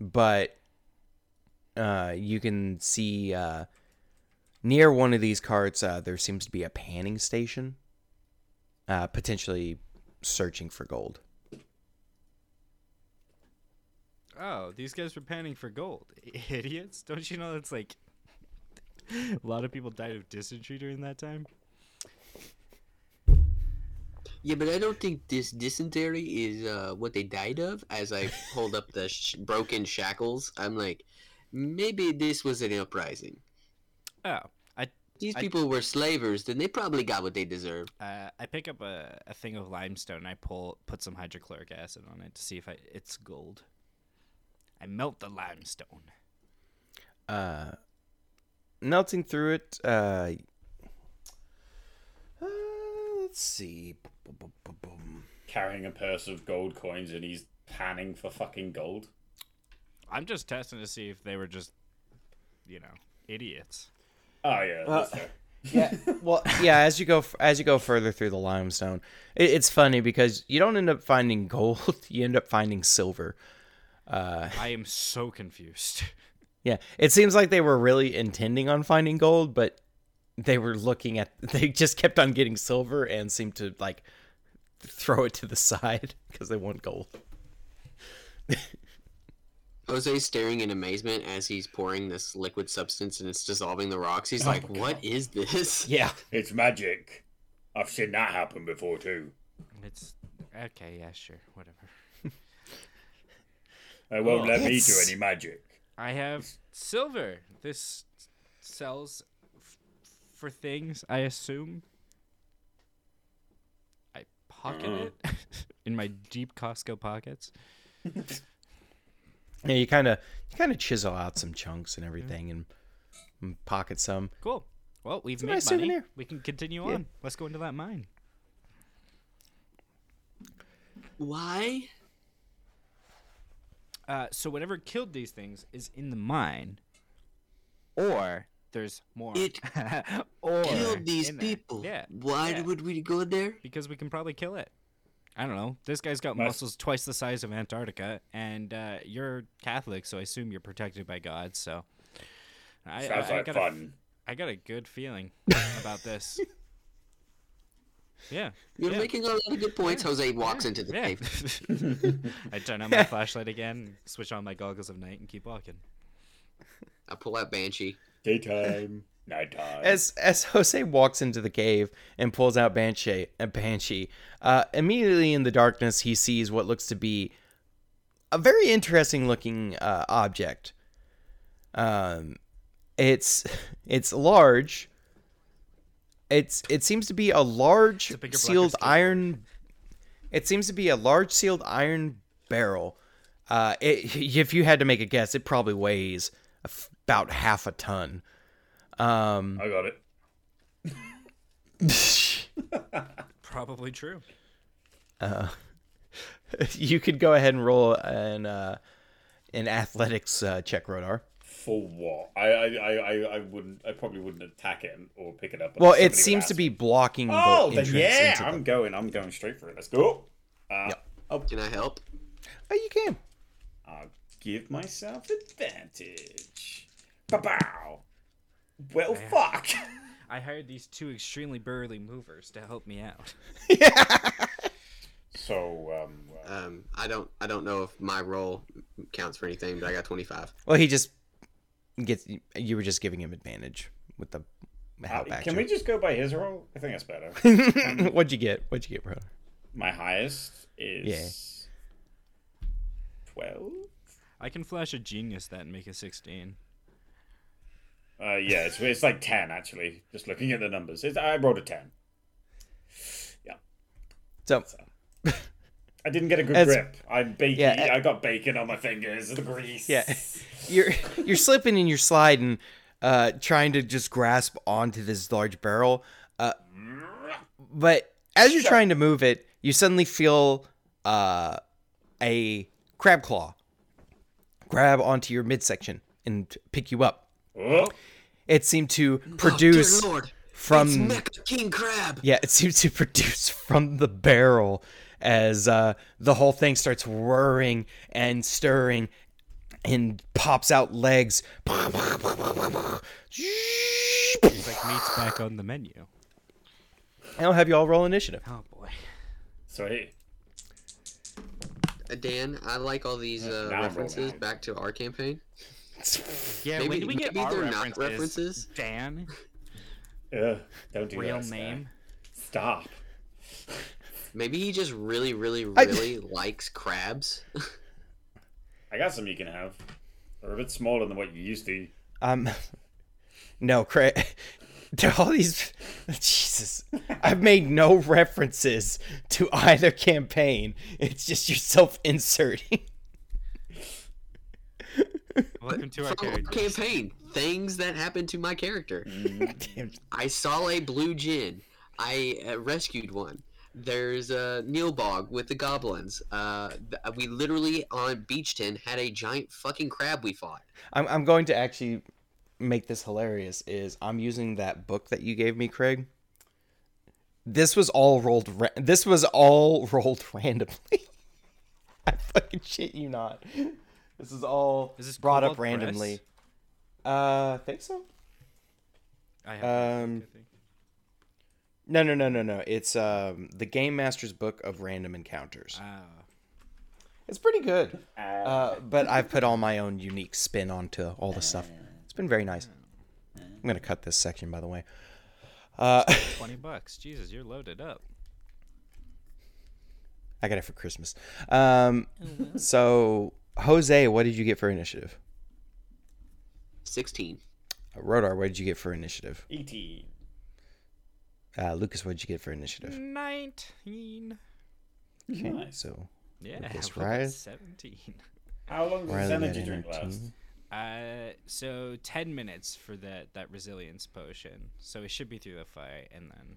A: but uh, you can see uh, near one of these carts uh, there seems to be a panning station, uh, potentially searching for gold.
E: Oh, these guys were panning for gold. Idiots. Don't you know that's like (laughs) a lot of people died of dysentery during that time?
D: Yeah, but I don't think this dysentery is uh, what they died of. As
E: (laughs)
D: I hold up the sh- broken shackles, I'm like, maybe this was an uprising.
E: Oh. I
D: These
E: I-
D: people were slavers, then they probably got what they deserved.
E: uh, I pick up a, a thing of limestone and I pull put some hydrochloric acid on it to see if I, it's gold. I melt the limestone.
A: uh, melting through it. Uh, uh, let's see. Boom, boom, boom, boom.
C: carrying a purse of gold coins and he's panning for fucking gold.
E: I'm just testing to see if they were just you know, idiots. (laughs)
C: Oh yeah, that's fair.
A: Well, yeah. As you go, f- as you go further through the limestone, it, it's funny because you don't end up finding gold. (laughs) You end up finding silver.
E: I am so confused.
A: Yeah, it seems like they were really intending on finding gold, but they were looking at. (laughs) They just kept on getting silver and seemed to like throw it to the (laughs) side because they want gold.
D: Jose's staring in amazement as he's pouring this liquid substance and it's dissolving the rocks.
E: Oh
D: He's like, "What is this?" (laughs)
A: Yeah.
C: It's magic. I've seen that happen before too.
E: it's okay, yeah, sure, whatever.
C: They won't
E: Oh,
C: let me do
A: it's-
C: any magic.
E: I have silver. This sells f- for things, I assume. I pocket it (laughs) in my deep Costco pockets.
A: Yeah, you kind of you kind of chisel out some chunks and everything and, and pocket some.
E: Cool. Well, we've
A: a
E: made
A: nice
E: money.
A: souvenir.
E: We can continue on. Let's go into that mine.
D: Why?
E: Uh, so whatever killed these things is in the mine, or there's more.
D: It
E: (laughs) or
D: Killed these
E: in there.
D: people.
E: Yeah.
D: Why
E: yeah.
D: would we go there?
E: because we can probably kill it. I don't know. This guy's got
C: Nice.
E: muscles twice the size of Antarctica, and uh, you're Catholic, so I assume you're protected by God. So, I,
C: Sounds
E: I, I
C: like
E: got A,
C: fun.
E: I got a
A: (laughs)
E: good feeling about this. Yeah,
D: You're
E: yeah,
D: making a lot of good points. Jose walks into the
E: yeah.
D: cave.
E: (laughs) I turn on my flashlight again, switch on my goggles of night, and keep walking.
D: I pull out Banshee.
C: Daytime, nighttime.
A: As as Jose walks into the cave and pulls out uh, Banshee, a Banshee, uh, immediately in the darkness he sees what looks to be a very interesting looking uh, object. Um, it's (laughs) it's large. It's it seems to be a large
E: a bigger, blacker
A: sealed
E: skateboard.
A: iron. It seems to be a large sealed iron barrel. Uh, it, (laughs) if you had to make a guess, it probably weighs a f- about half a ton. Um,
C: I got it.
E: Probably true.
A: you could go ahead and roll an uh, an athletics uh, check, Rodar.
C: For what? I I, I, I- I wouldn't. I probably wouldn't attack it or pick it up.
A: Well,
C: unless
A: it
C: somebody
A: seems
C: would
A: to
C: ask
A: be
C: me.
A: blocking
C: Oh,
A: the
C: then
A: entrance
C: yeah,
A: into the-
C: I'm going. I'm going straight for it. Let's go. Uh,
D: Can I help?
A: Oh, you
C: (laughs)
A: can.
C: I'll give myself advantage. Ba bow. Well, fuck.
E: I hired these two extremely burly movers to help me out.
C: (laughs) so, um, uh,
D: Um, I don't. I don't know if my roll counts for anything, but I got 25.
A: Well, he just gets. You were just giving him advantage with the how
C: uh, can we just go by his roll? I think
A: (laughs)
C: that's better.
A: What'd you get? What'd you get, Rodar?
C: My highest is twelve.
E: I can flash a genius that and make a 16.
C: Uh, yeah, it's, it's like ten actually. Just looking at the numbers, it's, I rolled a ten.
A: So
C: I didn't get a good
A: As-
C: grip. I'm baking.
A: Yeah, a-
C: I got bacon on my fingers. The grease.
A: yeah, (laughs) you're you're slipping and you're sliding, uh, trying to just grasp onto this large barrel. Uh, but as you're trying to move it, you suddenly feel uh, a crab claw grab onto your midsection and pick you up.
C: Oh,
A: It seemed to
D: oh,
A: produce
D: dear Lord, it's
A: from
D: Mecha King Crab.
A: yeah, it seems to (laughs) produce from the barrel as uh, the whole thing starts whirring and stirring and pops out legs.
E: It's like meat's back on the menu.
A: I'll have you all roll initiative.
E: Oh boy.
C: so hey,
D: Uh, Dan, I like all these uh,
C: now I'm
D: references
C: rolling.
D: back to our campaign.
E: Yeah,
D: Maybe-
E: when do we get
D: maybe
E: our
D: they're not references.
E: references?
D: Uh,
E: Dan,
C: Ugh, don't do
E: real
C: that, Stan.
E: name.
C: Stop.
D: Maybe he just really, really, really likes crabs. (laughs)
C: I got some you can have. They're a bit smaller than what you used to.
A: Um, (laughs) no, cra- (laughs) they're all these. (laughs) Jesus, I've made no references to either campaign. It's just yourself inserting.
E: Welcome to our
D: From our
E: character.
D: campaign, things that happened to my character.
E: Mm-hmm.
A: Damn.
D: I saw a blue gin. I uh, rescued one. There's a uh, Nilbog with the goblins. Uh, th- we literally on Beachton had a giant fucking crab we fought.
A: (laughs) I'm, I'm going to actually make this hilarious is I'm using that book that you gave me, Craig. This was all rolled ra- this was all (laughs) rolled randomly. (laughs) I fucking shit you not. This is all
E: Is this
A: brought up
E: Cobalt Press?
A: randomly. Uh I think so.
E: I have
A: Um, No no no no no. It's um the Game Master's Book of Random Encounters. Ah.
E: Uh,
A: It's pretty good. Uh, but I've put all my own unique spin onto all the stuff. It's been very nice. I'm gonna cut this section, by the way. Uh,
E: 20 bucks. Jesus, you're loaded up.
A: I got it for Christmas. Um, so Jose, what did you get for initiative?
D: Sixteen.
A: Uh, Rodar, what did you get for initiative?
C: E.T.
A: Uh, Lucas, what did you get for initiative?
E: 19.
A: Okay, so
E: Yeah, (laughs)
A: Lucas,
E: we'll get
A: right?
E: 17.
C: How long does this
A: Riley
C: energy
A: got
C: drink last?
A: 19.
E: Uh, so 10 minutes for that, that resilience potion. So it should be through the fight, and then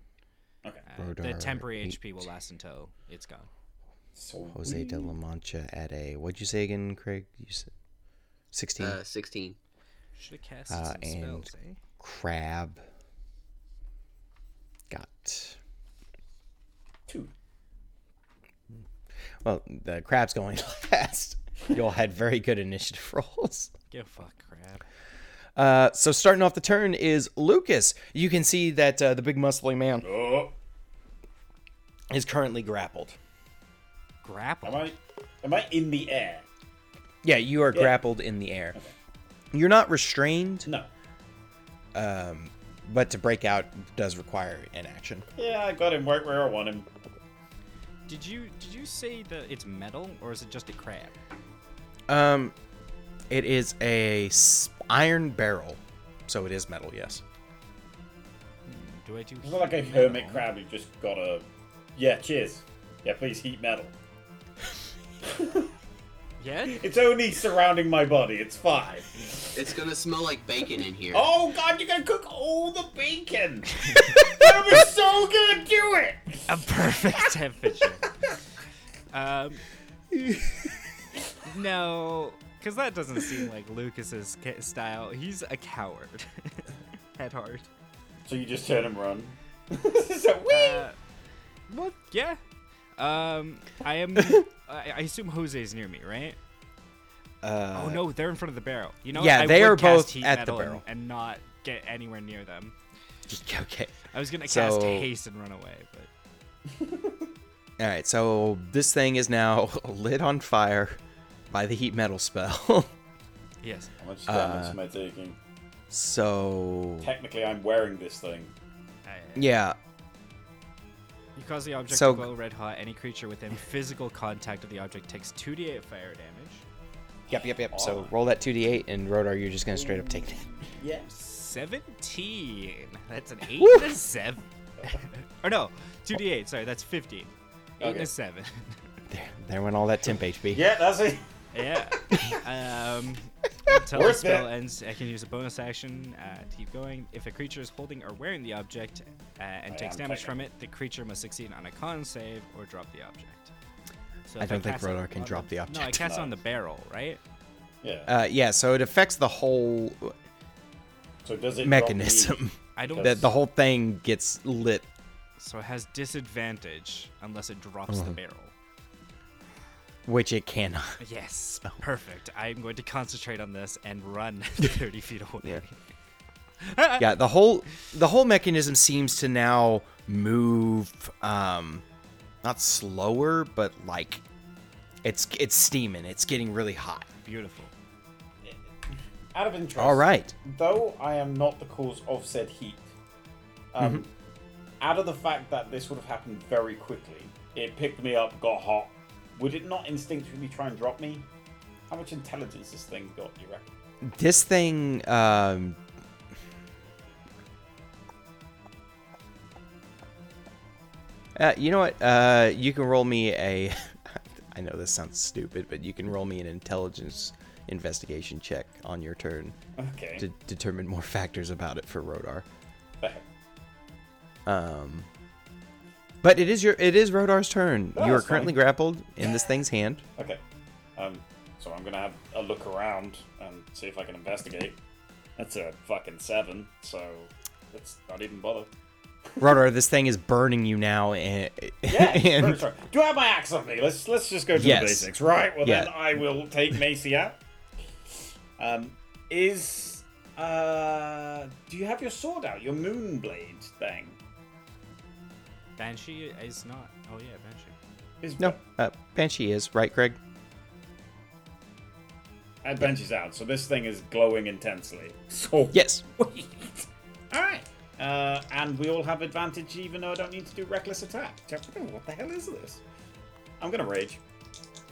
C: Okay.
E: uh, the
A: Rodar,
E: temporary HP will last until it's gone.
C: So
A: Jose de la Mancha at a what'd you say again, Craig? You said sixteen
D: Uh, Sixteen.
E: Should have cast
A: Uh,
E: some
A: and-
E: spells, eh?
A: crab. Got
C: two.
A: well. The crab's going (laughs) last. You all had very good initiative (laughs) rolls.
E: Go fuck, crab.
A: Uh, so starting off the turn is Lucas. You can see that uh, the big muscly man
C: Oh,
A: is currently grappled.
C: am
E: Grapple.
C: I? Am I in the air?
A: Yeah, you are grappled in the air. You're not restrained, Um,
C: No.
A: but to break out does require an action.
C: Yeah, I got him right where I want him.
E: Did you did you say that it's metal or is it just a crab?
A: Um, it is a s- iron barrel, so it is metal. Yes.
E: Do I do?
C: It's not like a
E: heat
C: hermit
E: metal?
C: crab who just got a. Yeah, cheers. Yeah, please heat metal. (laughs)
E: Yeah.
C: It's only surrounding my body. It's fine.
D: It's gonna smell like bacon in here.
C: Oh god, you're gonna cook all the bacon. that was so good. Do it.
E: A perfect
C: (laughs)
E: temperature. um. No, because that doesn't seem like Lucas's ca- style. He's a coward. (laughs) Head hard.
C: So you just turn and run. so wee.
E: Uh, well, yeah. Um,
A: (laughs)
E: I am. I, I assume Jose's near me, right?
A: Uh,
E: oh no, they're in front of the barrel. You know,
A: yeah,
E: I
A: they
E: would
A: are
E: cast
A: both
E: heat
A: at the
E: metal and-
A: barrel.
E: and, not get anywhere near them.
A: (laughs) Okay.
E: I was gonna
A: So-
E: cast haste and run away, but
A: All right. So this thing is now (laughs) lit on fire by the heat metal spell. (laughs)
E: yes,
C: How much damage am I taking?
A: so
C: Technically, I'm wearing this thing.
E: I-
A: yeah.
E: you cause the object
A: So-
E: to glow red hot. Any
A: (laughs)
E: creature within physical contact of the object takes two d8 fire damage.
A: Yep. Yep. Yep. So roll that two d8, and Rodar, you're just gonna straight up take that.
E: Seventeen. That's an eight and a seven. (laughs) or no, two d8. Sorry, that's fifteen. Eight and
C: Okay.
E: a seven. (laughs)
A: There, there went all that temp HP.
C: Yeah, that's it.
A: (laughs)
E: Yeah. um, until the
C: Worth
E: spell
C: it.
E: ends, I can use a bonus action uh, to keep going. If a creature is holding or wearing the object uh, and
A: Oh,
C: I
E: takes
C: am
E: damage
C: taking
E: from it, the creature must succeed on a con save or drop the object. So
A: I
E: if
A: don't think
E: cast it
A: Rodar can
E: on
A: drop the
E: No, I
A: object.
E: cast it on the barrel, right?
C: Yeah.
A: Uh, yeah. So it affects the whole
C: so does it
A: (laughs)
C: drop
A: mechanism.
E: I don't.
A: That the whole thing gets lit.
E: so it has disadvantage unless it drops
A: Uh-huh.
E: the barrel.
A: Which it cannot.
E: Yes,
A: Oh.
E: perfect. I'm going to concentrate on this and run (laughs) 30 feet away.
A: yeah the whole the whole mechanism seems to now move um not slower but like it's it's steaming it's getting really hot
E: Beautiful.
C: the- Out of interest.
A: all right
C: Though I am not the cause of said heat, um, out of the fact that this would have happened very quickly, it picked me up, got hot. Would it not instinctively try and drop me? How much intelligence this thing got, do you reckon? (laughs)
A: this thing um uh, you know what uh you can roll me a (laughs) i know this sounds stupid but you can roll me an intelligence investigation check on your turn
C: Okay.
A: to determine more factors about it for rodar
C: Fair.
A: Um, but it is your it is Rodar's turn.
C: Oh,
A: you are
C: that's
A: currently
C: fine.
A: grappled in this thing's hand.
C: Okay. Um, so I'm gonna have a look around and see if I can investigate. That's a fucking seven, so let's not
A: (laughs)
C: even bother.
A: Rodar, this thing is burning you now, and,
C: Yeah,
A: (laughs) and-
C: very sorry. Do I have my axe on me? Let's let's just go to
A: Yes.
C: the basics, right? Well,
A: Yeah.
C: then I will take Macy out. Um, is uh, do you have your sword out? Your moonblade thing?
E: Banshee is not. Oh, yeah, Banshee.
C: Is
A: no, uh, Banshee is right, Greg.
C: Uh, Benji's out, so this thing is glowing intensely. (laughs) So
A: Yes, (laughs)
C: Wait. All right. Uh, and we all have advantage, even though I don't need to do reckless attack. Just- oh, What the hell is this? I'm gonna rage.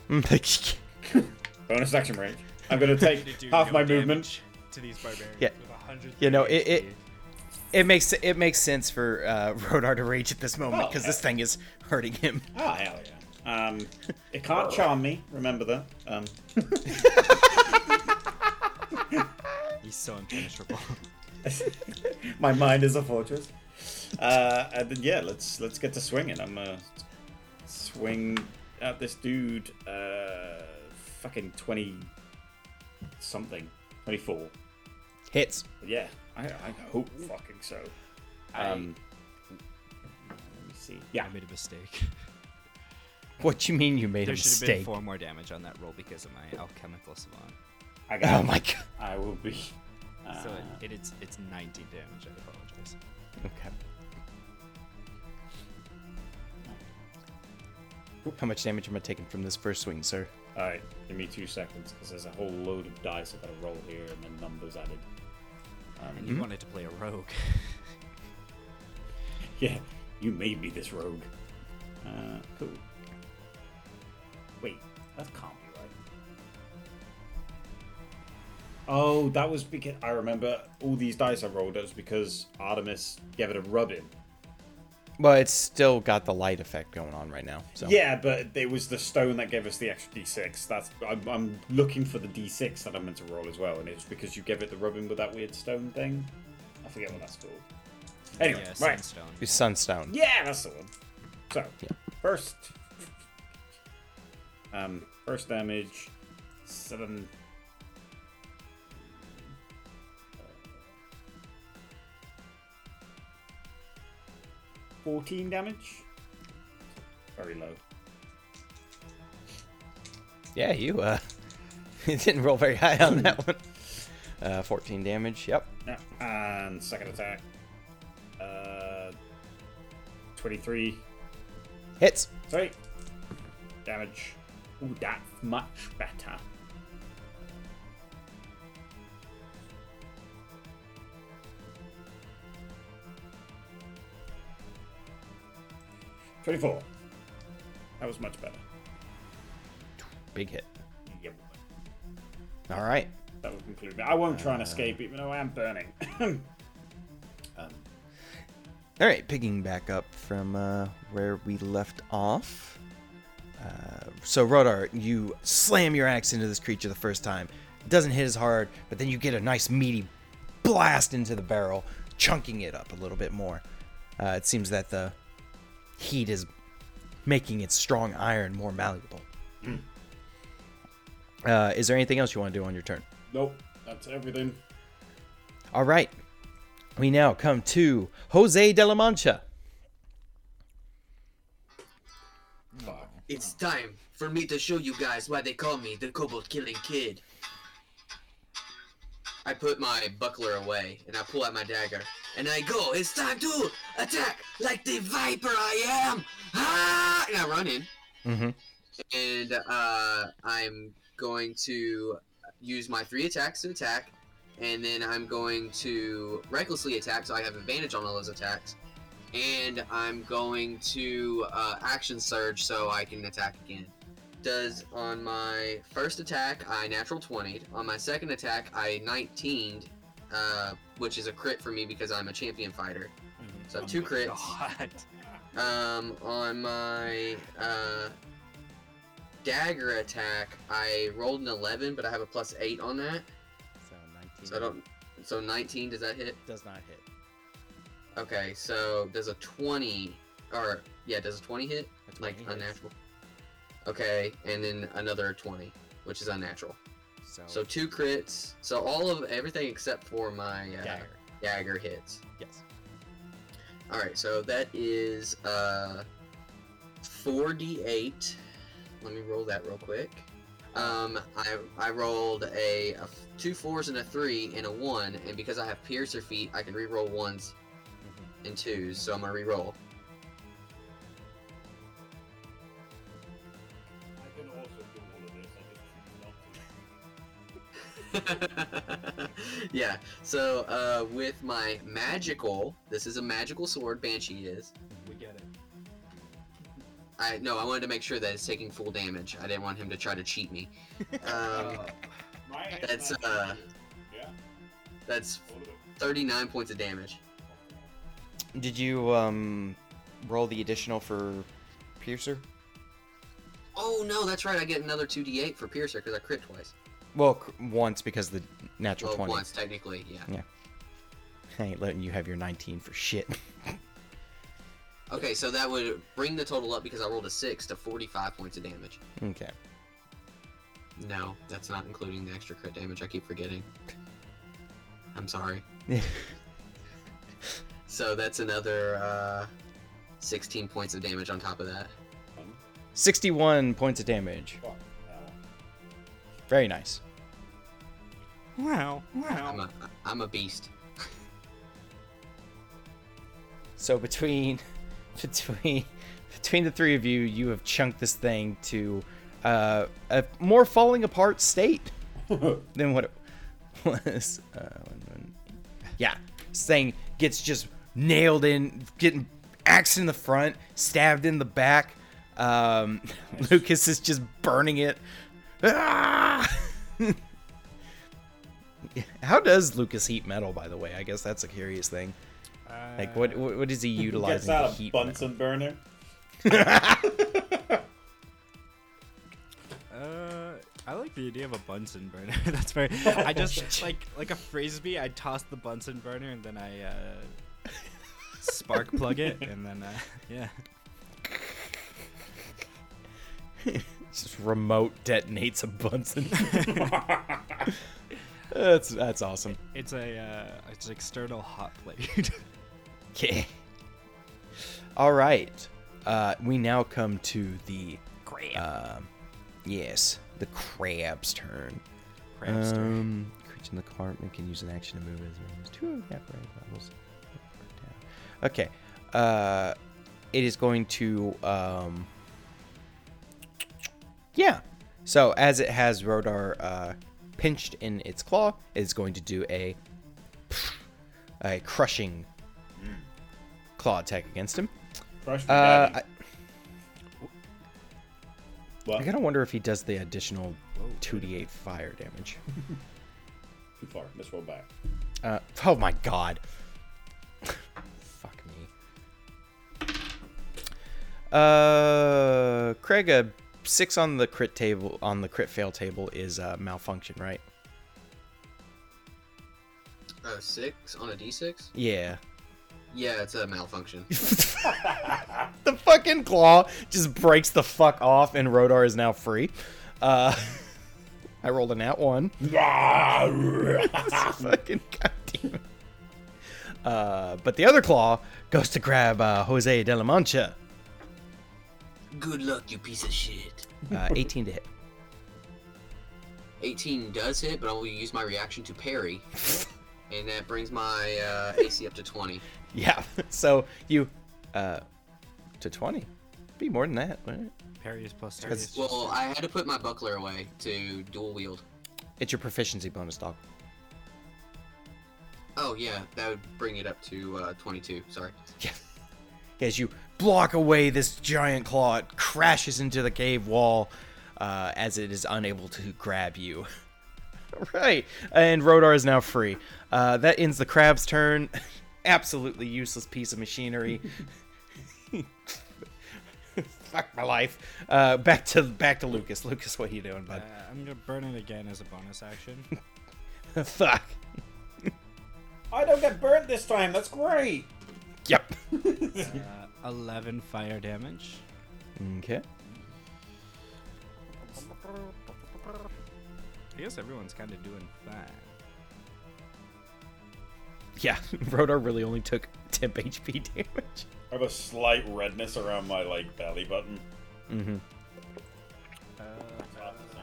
C: Bonus action rage.
E: (laughs)
C: I'm gonna take
E: to do
C: half
E: no
C: my
E: damage
C: movement.
E: to these barbarians
A: Yeah.
E: with 100
A: You know, it- it- it makes it makes sense for uh, Rodar to rage at this moment
C: Oh,
A: because
C: yeah.
A: this thing is hurting him.
C: Oh hell yeah.
E: (laughs)
C: Um, it can't charm me. Remember that. Um,
E: he's so impenetrable (laughs)
C: my mind is a fortress. Uh, and then yeah, let's let's get to swinging. I'm gonna swing at this dude. Uh, fucking twenty something, twenty four.
A: Hits.
C: Yeah, I, I hope fucking so. Um, let me see. Yeah,
E: i made a mistake
A: What you mean you made
E: there
A: a
E: should have been
A: mistake?
E: four more damage on that roll because of my alchemical savant
C: I got.
A: Oh my god.
C: I will be.
E: so it, it, it's it's 19 damage i apologize
A: Okay. How much damage am I taking from this first swing, sir?
C: All right, give me two seconds because there's a whole load of dice I gotta roll here and then numbers added. (laughs)
E: and
A: Mm-hmm.
E: you wanted to play a rogue
C: Yeah, you made me this rogue. Uh, cool. Wait, that can't be right. Oh, that was because I remember all these dice I rolled. It was because Artemis gave it a rubbing.
A: Well, it's still got the light effect going on right now. So
C: Yeah, but it was the stone that gave us the extra d6. That's I'm, I'm looking for the d6 that I meant to roll as well, and it was because you gave it the rubbing with that weird stone thing. I forget what that's called. Anyway,
E: Yeah,
C: right.
E: sunstone.
A: It's sunstone.
C: Yeah, that's the one. So, first, um, first damage, seven. Fourteen damage. Very low.
A: Yeah, you uh, (laughs) you didn't roll very high on that one. Uh, 14 damage. Yep.
C: Yeah. And second attack. Uh, twenty-three.
A: Hits.
C: Three. Damage. Ooh, that's much better. Twenty-four. That was much better.
A: Big hit.
C: Yep.
A: All right.
C: That will conclude me. I won't try
A: Uh,
C: and escape, even though I am burning. (laughs)
A: All right, picking back up from uh, where we left off. Uh, so, Rodar, you slam your axe into this creature the first time. It doesn't hit as hard, but then you get a nice meaty blast into the barrel, chunking it up a little bit more. Uh, it seems that the heat is making its strong iron more malleable. Uh, is there anything else you want to do on your turn?
C: nope. That's everything.
A: All right. We now come to Jose de la Mancha.
C: Fuck.
B: It's time for me to show you guys why they call me the Kobold Killing Kid.
D: I put my buckler away and I pull out my dagger and I go, it's time to attack like the viper I am! Ah! And I run in
A: Mm-hmm.
D: and uh, I'm going to use my three attacks to attack and then I'm going to recklessly attack so I have advantage on all those attacks. And I'm going to uh, action surge so I can attack again. Does on my first attack I natural 20'd. On my second attack I 19'd, uh, which is a crit for me because I'm a champion fighter. So two crits.
E: Oh
D: Um, on my uh, dagger attack I rolled an 11, but I have a plus eight on that.
A: So 19
D: So I don't. So 19 does that hit?
A: does not hit.
D: Okay, so does a 20 or yeah, does a 20 hit?
A: A 20
D: Like
A: hits.
D: unnatural. Okay, and then another 20, which is unnatural.
A: So,
D: So two crits. So all of everything except for my uh,
A: dagger.
D: dagger hits.
A: Yes.
D: All right, so that is uh 4d8. Let me roll that real quick. Um, I I rolled a, a f- two fours and a three and a one, and because I have piercer feet, I can re-roll ones and twos. So I'm gonna re-roll.
C: I can also do all of this. I just choose not to.
D: (laughs) yeah. So uh, with my magical, this is a magical sword. Banshee is.
B: We get it.
D: I no, I wanted to make sure that it's taking full damage. I didn't want him to try to cheat me. Um,
C: My
D: That's,
C: ass-
D: uh,
C: Yeah,
D: that's
C: all of it.
D: 39 points of damage.
A: Did you um roll the additional for piercer?
D: Oh no, that's right. I get another 2d8 for piercer because I crit twice.
A: Well, cr- once because the natural
D: Well,
A: 20.
D: Oh, once technically, yeah.
A: I (laughs) ain't letting you have your 19 for shit. (laughs)
D: Okay, so that would bring the total up because I rolled a six to 45 points of damage.
A: okay.
D: No, that's not including the extra crit damage. I keep forgetting. I'm sorry. so that's another uh, 16 points of damage on top of that.
A: 61 points of damage.
C: Fuck, hell.
A: Very nice.
E: Wow,
D: I'm
E: wow.
D: a I'm a beast.
A: So between (laughs) between between the three of you, you have chunked this thing to uh, a more falling apart state than what it (laughs) was. Uh, one, one- yeah, this thing gets just nailed in, getting axed in the front, stabbed in the back. Um, (laughs) Lucas is just burning it. Ah! (laughs) How does Lucas heat metal? By the way, I guess that's a curious thing. Like, what what, what is he
C: Uh, Gets
A: utilizing to
C: out a
A: heat metal?
C: Bunsen burner.
E: Uh, I like the idea of a Bunsen burner. (laughs) That's very. I just like like a frisbee. I toss the Bunsen burner and then I uh, spark plug it and then uh, (laughs) yeah.
A: Just remote detonates a Bunsen.
C: (laughs)
A: (laughs) that's that's awesome.
E: It's a uh, it's an external hot plate. (laughs)
A: Okay. All right. Uh, we now come to the um, yes, the crab's turn.
E: Crab's turn.
A: Um, creature in the compartment can use an action to move as well as two of the operating levels. Okay. Uh, it is going to. Um, yeah. So as it has Rodar uh, pinched in its claw, it's going to do a a crushing claw attack against him.
C: Crush me,
A: Uh,
C: daddy.
A: I, I
C: What?
A: gotta wonder if he does the additional 2d8 fire damage.
C: Too far. Let's roll back.
A: (laughs) Uh, oh my god. (laughs) Fuck me. Uh, Craig, a six on the crit table on the crit fail table is uh, malfunction, right?
D: Uh, six on a d6?
A: Yeah.
D: Yeah, it's a malfunction.
A: The fucking claw just breaks the fuck off, and Rodar is now free. Uh, (laughs) I rolled a nat one. fucking goddamn. it. Uh, but the other claw goes to grab uh, Jose de la Mancha.
D: (laughs) Good luck, you piece of shit.
A: Uh, 18 to hit.
D: 18 does hit, but I will use my reaction to parry. And that brings my uh, AC up to 20.
A: Yeah. (laughs) So you uh to 20. Be more than that. wouldn't it?
E: Parry is plus two.
A: That's-
E: It's
D: Well, I had to put my buckler away to dual wield.
A: It's your proficiency bonus, dog.
D: Oh, yeah, that would bring it up to uh, 22. Sorry.
A: As you block away this giant claw, it crashes into the cave wall uh, as it is unable to grab you. (laughs) right. And Rodar is now free. Uh, that ends the crab's turn. (laughs) Absolutely useless piece of machinery. (laughs) Fuck my life. Uh, back to back to Lucas. Lucas, what are you doing,
E: Uh,
A: bud?
E: I'm gonna burn it again as a bonus action.
A: (laughs) Fuck.
C: I don't get burnt this time. That's great.
A: Yep.
E: Uh, Eleven fire damage.
A: Okay.
E: I guess everyone's kind of doing fine.
A: Yeah, (laughs) Rodar really only took 10 HP damage.
C: I have a slight redness around my like belly button.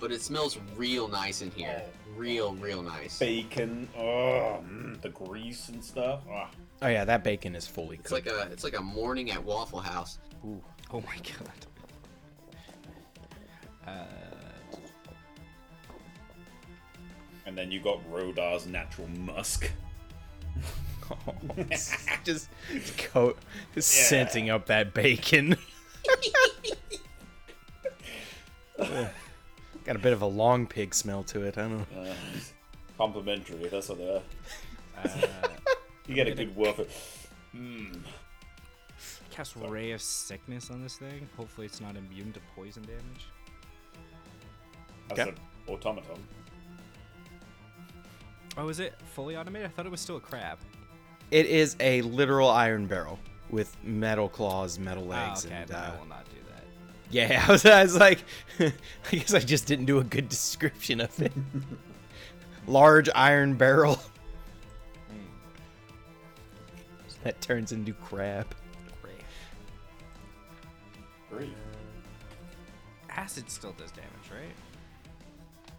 D: But it smells real nice in here. Real, real nice.
C: Bacon. Oh, mm, the grease and stuff. Ah.
A: Oh yeah, that bacon is fully
D: It's like
A: cooked.
D: a it's like a morning at Waffle House.
E: Oh my god. Uh,
C: And then you got Rodar's natural musk.
A: (laughs) just go scenting up that bacon. (laughs) Got a bit of a long pig smell to it. I don't know.
C: Uh, complimentary. That's what they are.
E: uh,
C: (laughs) You get a good woof. Mmm.
E: cast Ray of Sickness on this thing. Hopefully, it's not immune to poison damage.
C: That's
A: Okay.
C: an automaton.
E: Oh, is it fully automated? I thought it was still a crab.
A: It is a literal iron barrel with metal claws, metal legs,
E: oh, okay,
A: and
E: then
A: uh,
E: I will not do that.
A: yeah. (laughs) I was, I was like, I guess I just didn't do a good description of (laughs) it. Large iron barrel Hmm. (laughs) that turns into crab.
C: Great.
E: Acid still does damage, right?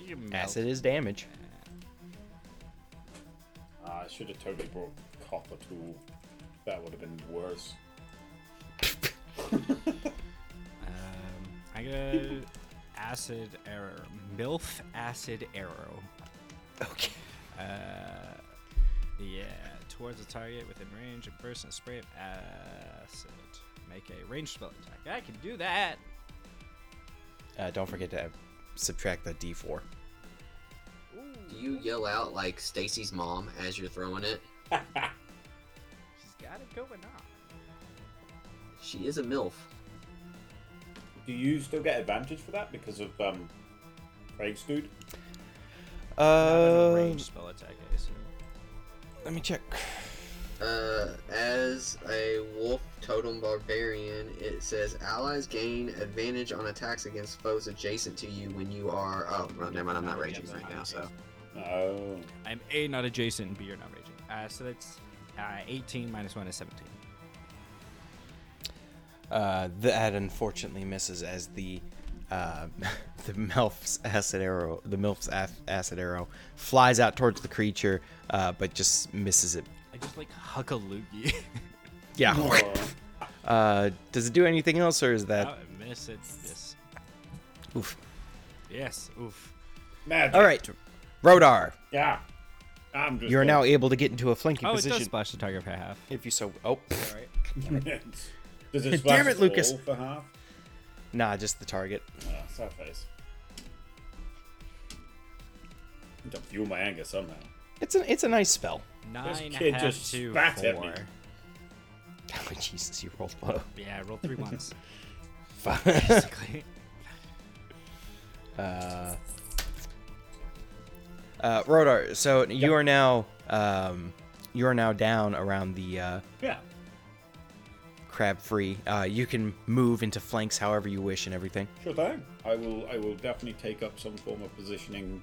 E: You can melt-
A: Acid is damage.
C: Ah, I should have totally brought copper tool. That would have been worse.
E: Um, I got acid error. MILF acid arrow.
A: Okay.
E: Uh, yeah, towards a target within range, and burst and spray of acid. Make a ranged spell attack. I can do that.
A: Uh, don't forget to subtract the d4.
E: Ooh,
D: do you yell out like Stacy's mom as you're throwing it?
E: She's got it going on.
D: She is a MILF.
C: Do you still get advantage for that because of um, Craig's dude?
E: Another
A: Uh,
E: range spell attack, I assume.
A: let me check.
D: Uh, as a wolf totem barbarian, it says allies gain advantage on attacks against foes adjacent to you when you are. Oh, well, never mind. I'm not raging right now, so.
C: Oh.
E: I'm A, not adjacent, and B, you're not raging. Uh, so that's uh, 18 minus 1 is 17.
A: Uh, that unfortunately misses as the uh, (laughs) the milf's acid arrow, the milf's af- acid arrow, flies out towards the creature, uh, but just misses it.
E: I just like huck a (laughs) loogie.
A: Yeah. (laughs) uh, does it do anything else, or is
E: I
A: that
E: miss it. Yes.
A: oof?
E: Yes. Oof.
C: Magic.
A: All right, Rodar,
C: Yeah. I'm just.
A: you are now
C: gonna-
A: able to get into a flanking
E: Oh, it does
A: position.
E: splash the target for half.
A: if you so, oh, pff,
E: Alright.
C: (laughs) Does it
A: Damn
C: splash
A: it,
C: us
A: Lucas.
C: all For half?
A: nah, just the target.
C: Oh, sad face. Don't fuel my anger somehow.
A: It's a it's a nice spell. (laughs)
E: Nine,
C: kid
E: half,
C: just
E: two,
C: spat at
E: four.
C: me.
A: Oh, Jesus, you rolled low.
E: Yeah, I rolled three
C: (laughs)
E: ones.
A: Fuck.
E: Basically.
A: uh, uh, Rodar, so you are now um, you are now down around the uh,
C: Yeah.
A: crab free. Uh, you can move into flanks however you wish and everything.
C: Sure thing. I will. I will definitely take up some form of positioning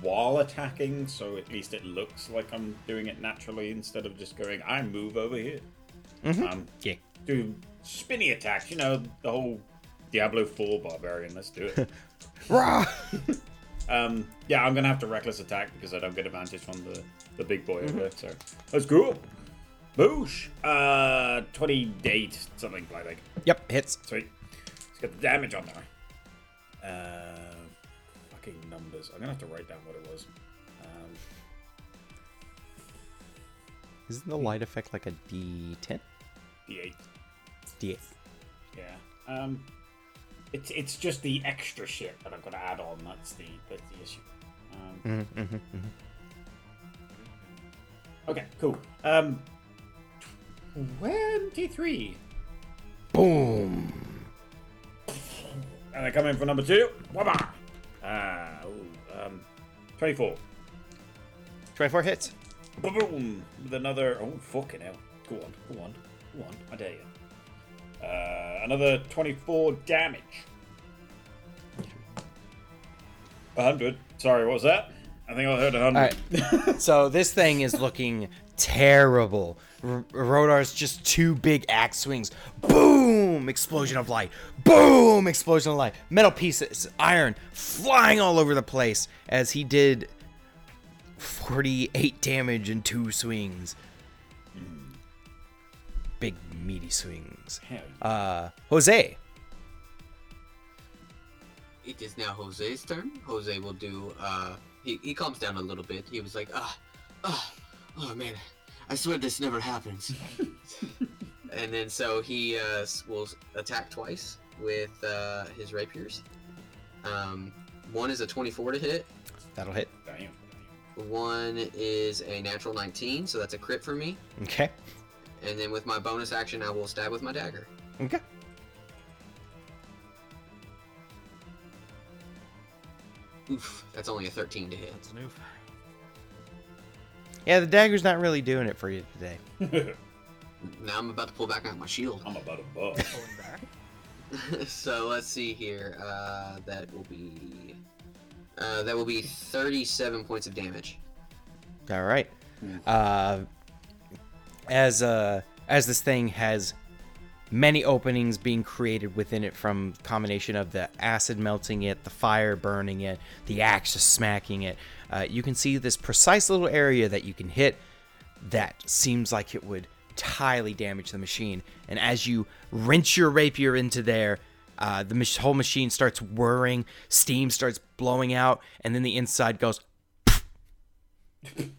C: while attacking, so at least it looks like I'm doing it naturally instead of just going. I move over here. Um,
A: Yeah.
C: do spinny attacks. You know the whole Diablo Four barbarian. Let's do it.
A: Rah!
C: um, yeah, I'm gonna have to reckless attack because I don't get advantage from the the big boy over there. So let's go. Boosh. Uh, twenty-eight something like that.
A: Yep, hits.
C: Sweet. Let's get the damage on there. Uh, fucking numbers. I'm gonna have to write down what it was. Um,
A: Isn't the light effect like a D10?
C: D8.
A: D8.
C: Yeah. Um, it's it's just the extra shit that I've got to add on. That's the that's the issue. Um, Okay. Cool. Um, twenty-three.
A: Boom.
C: And I come in for number two. Wabba! Ah, ooh, um, 24.
A: 24 hits.
C: Boom! With another. Oh, fucking hell. Go on, go on, go on. I dare you. Uh, another 24 damage. 100. Sorry, what was that? I think I heard 100.
A: All right. so this thing is looking terrible. R- Rodar's just two big axe swings. Boom! Explosion of light. Boom! Explosion of light. Metal pieces, iron flying all over the place as he did 48 damage in two swings. Big meaty swings.
C: Hell
A: Uh, Jose.
D: It is now Jose's turn. Jose will do. Uh, he, he calms down a little bit. He was like, ah, ah, oh man, I swear this never happens. and then so he uh, s- will s- attack twice with uh, his rapiers. Um, one is a 24 to hit.
A: That'll hit.
C: Damn.
D: One is a natural 19, so that's a crit for me.
A: Okay.
D: And then with my bonus action, I will stab with my dagger.
A: Okay.
D: Oof, that's only a 13 to hit.
E: That's an oof.
A: Yeah, the dagger's not really doing it for you today.
D: Now I'm about to pull back out my shield.
C: I'm about a buck.
D: so let's see here. Uh, that will be uh, that will be 37 points of damage.
A: All right. Uh, as uh, as this thing has many openings being created within it from combination of the acid melting it, the fire burning it, the axe just smacking it. Uh, you can see this precise little area that you can hit that seems like it would entirely damage the machine. And as you wrench your rapier into there, uh, the mach- whole machine starts whirring, steam starts blowing out, and then the inside goes
D: And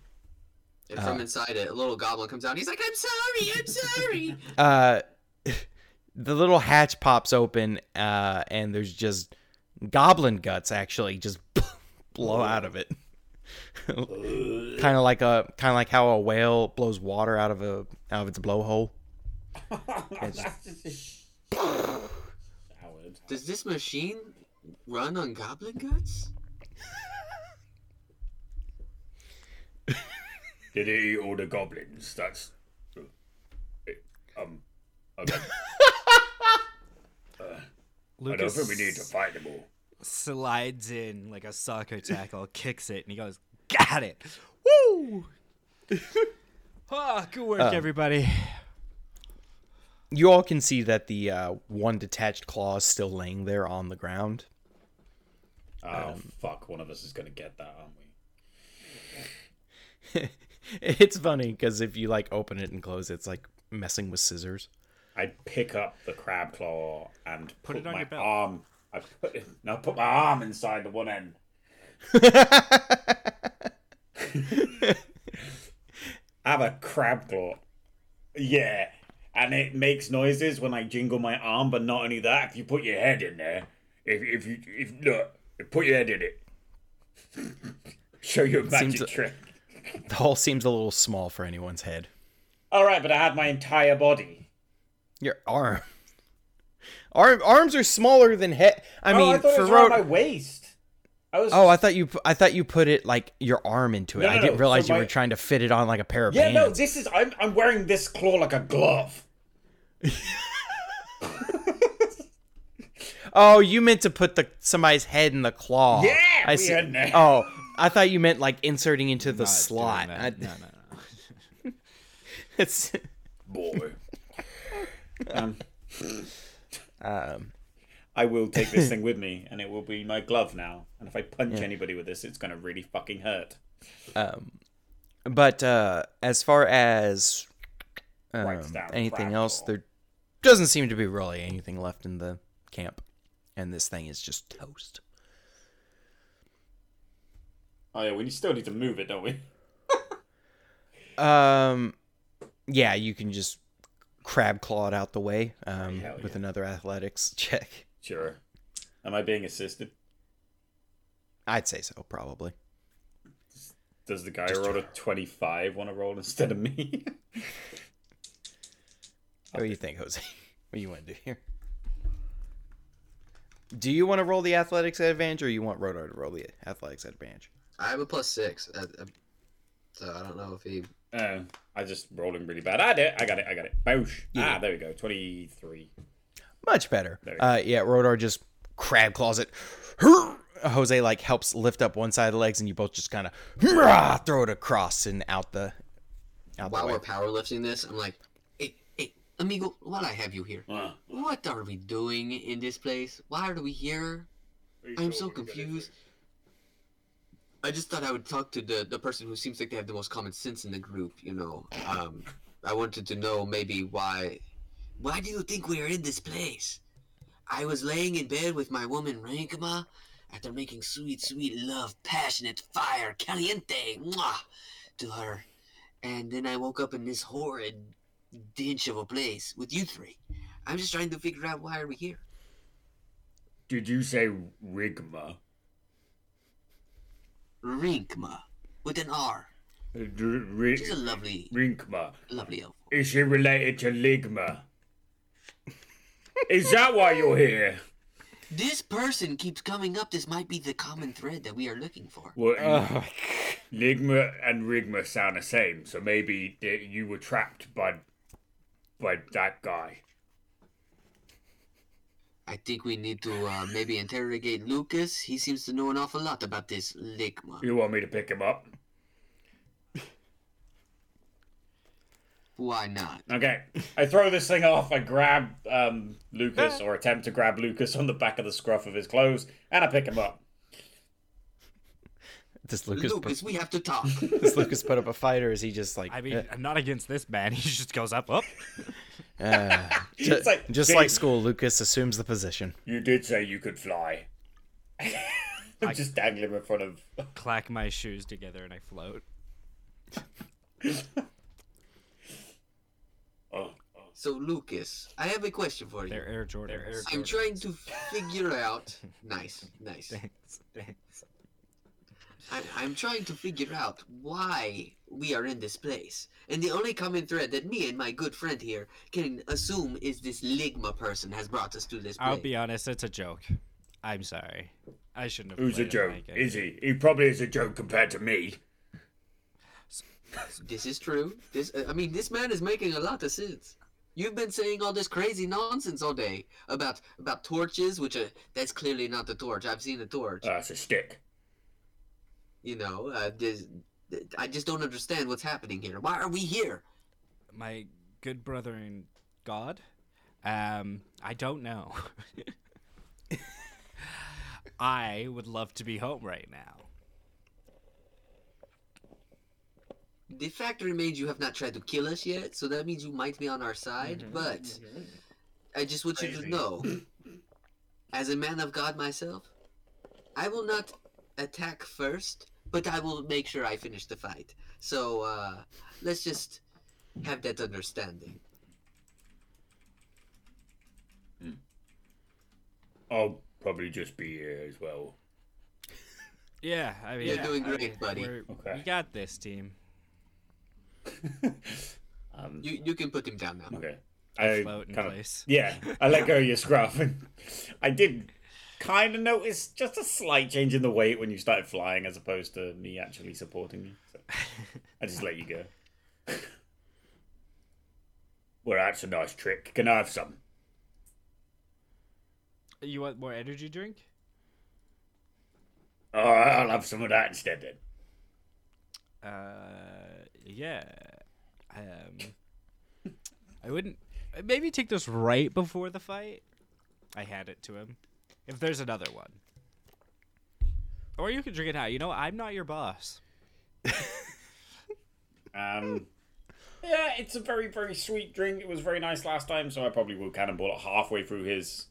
D: from inside it, a little goblin comes out. And he's like, "I'm sorry, I'm sorry."
A: uh, (laughs) the little hatch pops open, (laughs) uh, and there's just goblin guts actually just blow out of it. (laughs) kind of like a kind of like how a whale blows water out of a out of its blowhole.
C: Howard.
D: Does this machine run on goblin guts?
C: (laughs) Did he eat all the goblins? That's. Um. Okay. I don't
E: Lucas
C: think we need to fight them all.
E: slides in like a soccer tackle, (laughs) kicks it, and he goes, "Got it!
C: (laughs)
E: Woo! Ah, good
C: Uh,
E: work, everybody."
A: You all can see that the uh, one detached claw is still laying there on the ground. (laughs)
C: Oh, fuck. One of us is going to get that, aren't we?
A: It's funny because if you like open it and close it, it's like messing with scissors. (laughs)
C: I'd pick up the crab claw and put,
E: it on
C: my
E: your belt.
C: arm. I put it, no, put my arm inside the one end. I have a crab claw. Yeah, and it makes noises when I jingle my arm. But not only that, if you put your head in there, if if you if look, put your head in it. (laughs) Show you a magic
A: Seems-
C: trick.
A: The hole seems a little small for anyone's head.
C: All right, but I had my entire body.
A: Your arm. Arm arms are smaller than head. I
C: oh,
A: mean,
C: I thought it
A: for
C: was around
A: road.
C: my waist. I was
A: Oh, I thought you. I thought you put it like your arm into it.
C: No,
A: I
C: no,
A: didn't
C: no,
A: realize
C: so
A: you
C: my-
A: were trying to fit it on like a pair of
C: Yeah, no,
A: pants.
C: this is I'm I'm wearing this claw like a glove.
A: Oh, you meant to put the somebody's head in the claw.
C: Yeah,
A: I
C: we
A: see.
C: had that.
A: Oh, I thought you meant like inserting into the
E: Not doing
A: slot.
E: that.
A: I- (laughs)
E: no, no, no.
A: it's,
C: Boy. um,
A: um,
C: (laughs) I will take this (laughs) thing with me, and it will be my glove now. And if I punch anybody with this, it's gonna really fucking hurt.
A: Um, but uh, as far as um,
C: Writes down
A: anything
C: crap
A: else,
C: all.
A: there doesn't seem to be really anything left in the camp, and this thing is just toast.
C: Oh yeah, we still need to move it, don't we? (laughs)
A: Um, yeah, you can just crab claw it out the way um,
C: hell
A: with
C: yeah.
A: another athletics (laughs) check.
C: Sure. Am I being assisted?
A: I'd say so, probably.
C: Does the guy who rolled a twenty-five want to roll instead of me? (laughs)
A: What do you think, Jose? (laughs) What do you want to do here? Do you want to roll the athletics advantage, or you want Rodar to roll the athletics advantage?
D: I have a plus six, uh, uh, so I don't know if he.
C: uh, I just rolling really bad. I did. it, I got it. I got it. Boosh.
A: Yeah.
C: Ah, there we go. Twenty-three.
A: Much better.
C: There you go.
A: Uh, yeah, Rodar just crab claws it. Jose like helps lift up one side of the legs, and you both just kind of throw it across and out the out the
D: While
A: way.
D: we're powerlifting this, I'm like, hey, hey, amigo, while I have you here,
C: Uh,
D: what are we doing in this place? Why are we here? I'm so confused. I just thought I would talk to the, the person who seems like they have the most common sense in the group, you know. Um, I wanted to know maybe why. Why do you think we're in this place? I was laying in bed with my woman Rankama after making sweet, sweet love, passionate fire, caliente, mwah, to her. And then I woke up in this horrid dinch of a place with you three. I'm just trying to figure out why are we here.
C: Did you say rigma?
D: Rinkma, with an R.
C: Uh,
D: She's a
C: Rinkma.
D: lovely, lovely elf.
C: Is she related to Ligma? Is that why you're here?
D: This person keeps coming up. This might be the common thread that we are looking for.
C: Well,
E: Uh.
C: (laughs) Ligma and Rigma sound the same, so maybe that you were trapped by by that guy.
D: I think we need to uh, maybe interrogate Lucas. He seems to know an awful lot about this Ligma.
C: You want me to pick him up?
D: Why not?
C: Okay. I throw this thing off. I grab um, Lucas, or attempt to grab Lucas on the back of the scruff of his clothes, and I pick him up.
A: Does Lucas
D: Lucas, we have to talk.
A: put, does Lucas put up a fight, or is he just like
E: I mean, I'm not against this man. (laughs) He just goes up, up.
C: (laughs)
A: uh, ju-
C: It's like,
A: just
C: dude.
A: like school? Lucas assumes the position.
C: You did say you could fly. (laughs) I'm just dangling him in front of.
E: clack my shoes together and I float.
C: Oh,
D: so, Lucas, I have a question for you.
E: They're Air Jordan.
D: I'm trying to figure out. Nice, nice.
E: Thanks. Thanks.
D: I, I'm trying to figure out why we are in this place. And the only common thread that me and my good friend here can assume is this Ligma person has brought us to this place.
E: I'll be honest, it's a joke. I'm sorry. I shouldn't have.
C: Who's a
E: played it
C: joke?
E: like it.
C: Is he? He probably is a joke compared to me.
D: This is true. This, uh, I mean, this man is making a lot of sense. You've been saying all this crazy nonsense all day about about torches, which are that's clearly not the torch. I've seen the torch.
C: Oh, that's a stick.
D: you know, uh, this, I just don't understand what's happening here. Why are we here?
E: My good brother in God. Um, I don't know. (laughs) I would love to be home right now.
D: The fact remains you have not tried to kill us yet, so that means you might be on our side,
E: Mm-hmm.
D: but I just want you to
E: (laughs)
C: Crazy.
D: know, as a man of God myself, I will not attack first, but I will make sure I finish the fight. So, uh, let's just have that understanding.
C: I'll probably just be here as well.
E: Yeah, I mean,
D: You're doing great, buddy.
E: we're-
C: Okay.
E: we got this team.
C: Um,
D: You, you can put him down
A: Hmm.
D: now.
C: okay. I
E: Float in
C: kind of
E: place.
C: Yeah, I let go of your scruff. (laughs) And I did kind of notice just a slight change in the weight when you started flying as opposed to me actually supporting you. So I just let you go. (laughs) well, that's a nice trick. Can I have some?
E: You want more energy drink?
C: Oh, I'll have some of that instead then.
E: Uh, yeah. Um, I wouldn't. Maybe take this right before the fight. I had it to him. If there's another one, or you can drink it now. You know, I'm not your boss.
C: Um, yeah, it's a very, very sweet drink. It was very nice last time, so I probably will cannonball it halfway through his.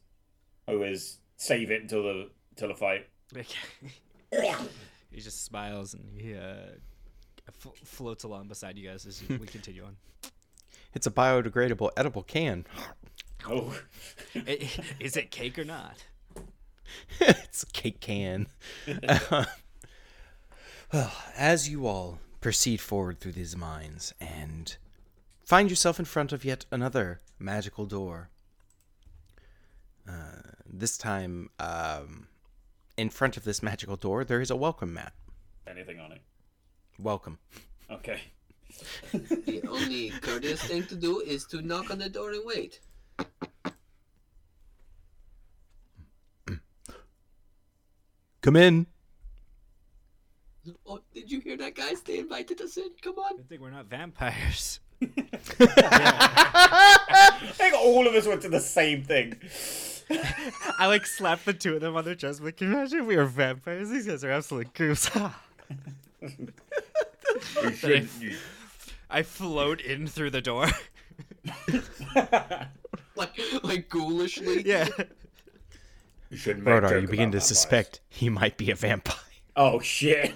C: Oh, his save it until the until the fight.
E: Like, (laughs) he just smiles and he uh, flo- floats along beside you guys as we continue on. (laughs)
A: It's a biodegradable edible can.
C: (laughs) Oh,
E: I- Is it cake or not?
A: (laughs) it's a cake can. (laughs) well, as you all proceed forward through these mines and find yourself in front of yet another magical door. Uh, this time, um, in front of this magical door, there is a welcome mat.
C: anything on it?
A: Welcome.
C: Okay. (laughs)
D: The only courteous thing to do is to knock on the door and wait.
A: Come in.
D: Oh, did you hear that, guys? They invited us in. Come on. (laughs)
E: Good thing we're not vampires.
C: I think all of us went to the same thing.
E: (laughs) I like slapped the two of them on their chest. Like, can you imagine if we were vampires? These guys are absolute goofs. (laughs)
C: You should. You,
E: I float in through the door.
D: Like,
E: (laughs)
D: like ghoulishly.
E: (laughs) yeah.
C: you should make
A: Rodar,
C: joke
A: you begin to
C: about vampires.
A: suspect he might be a vampire.
C: Oh shit!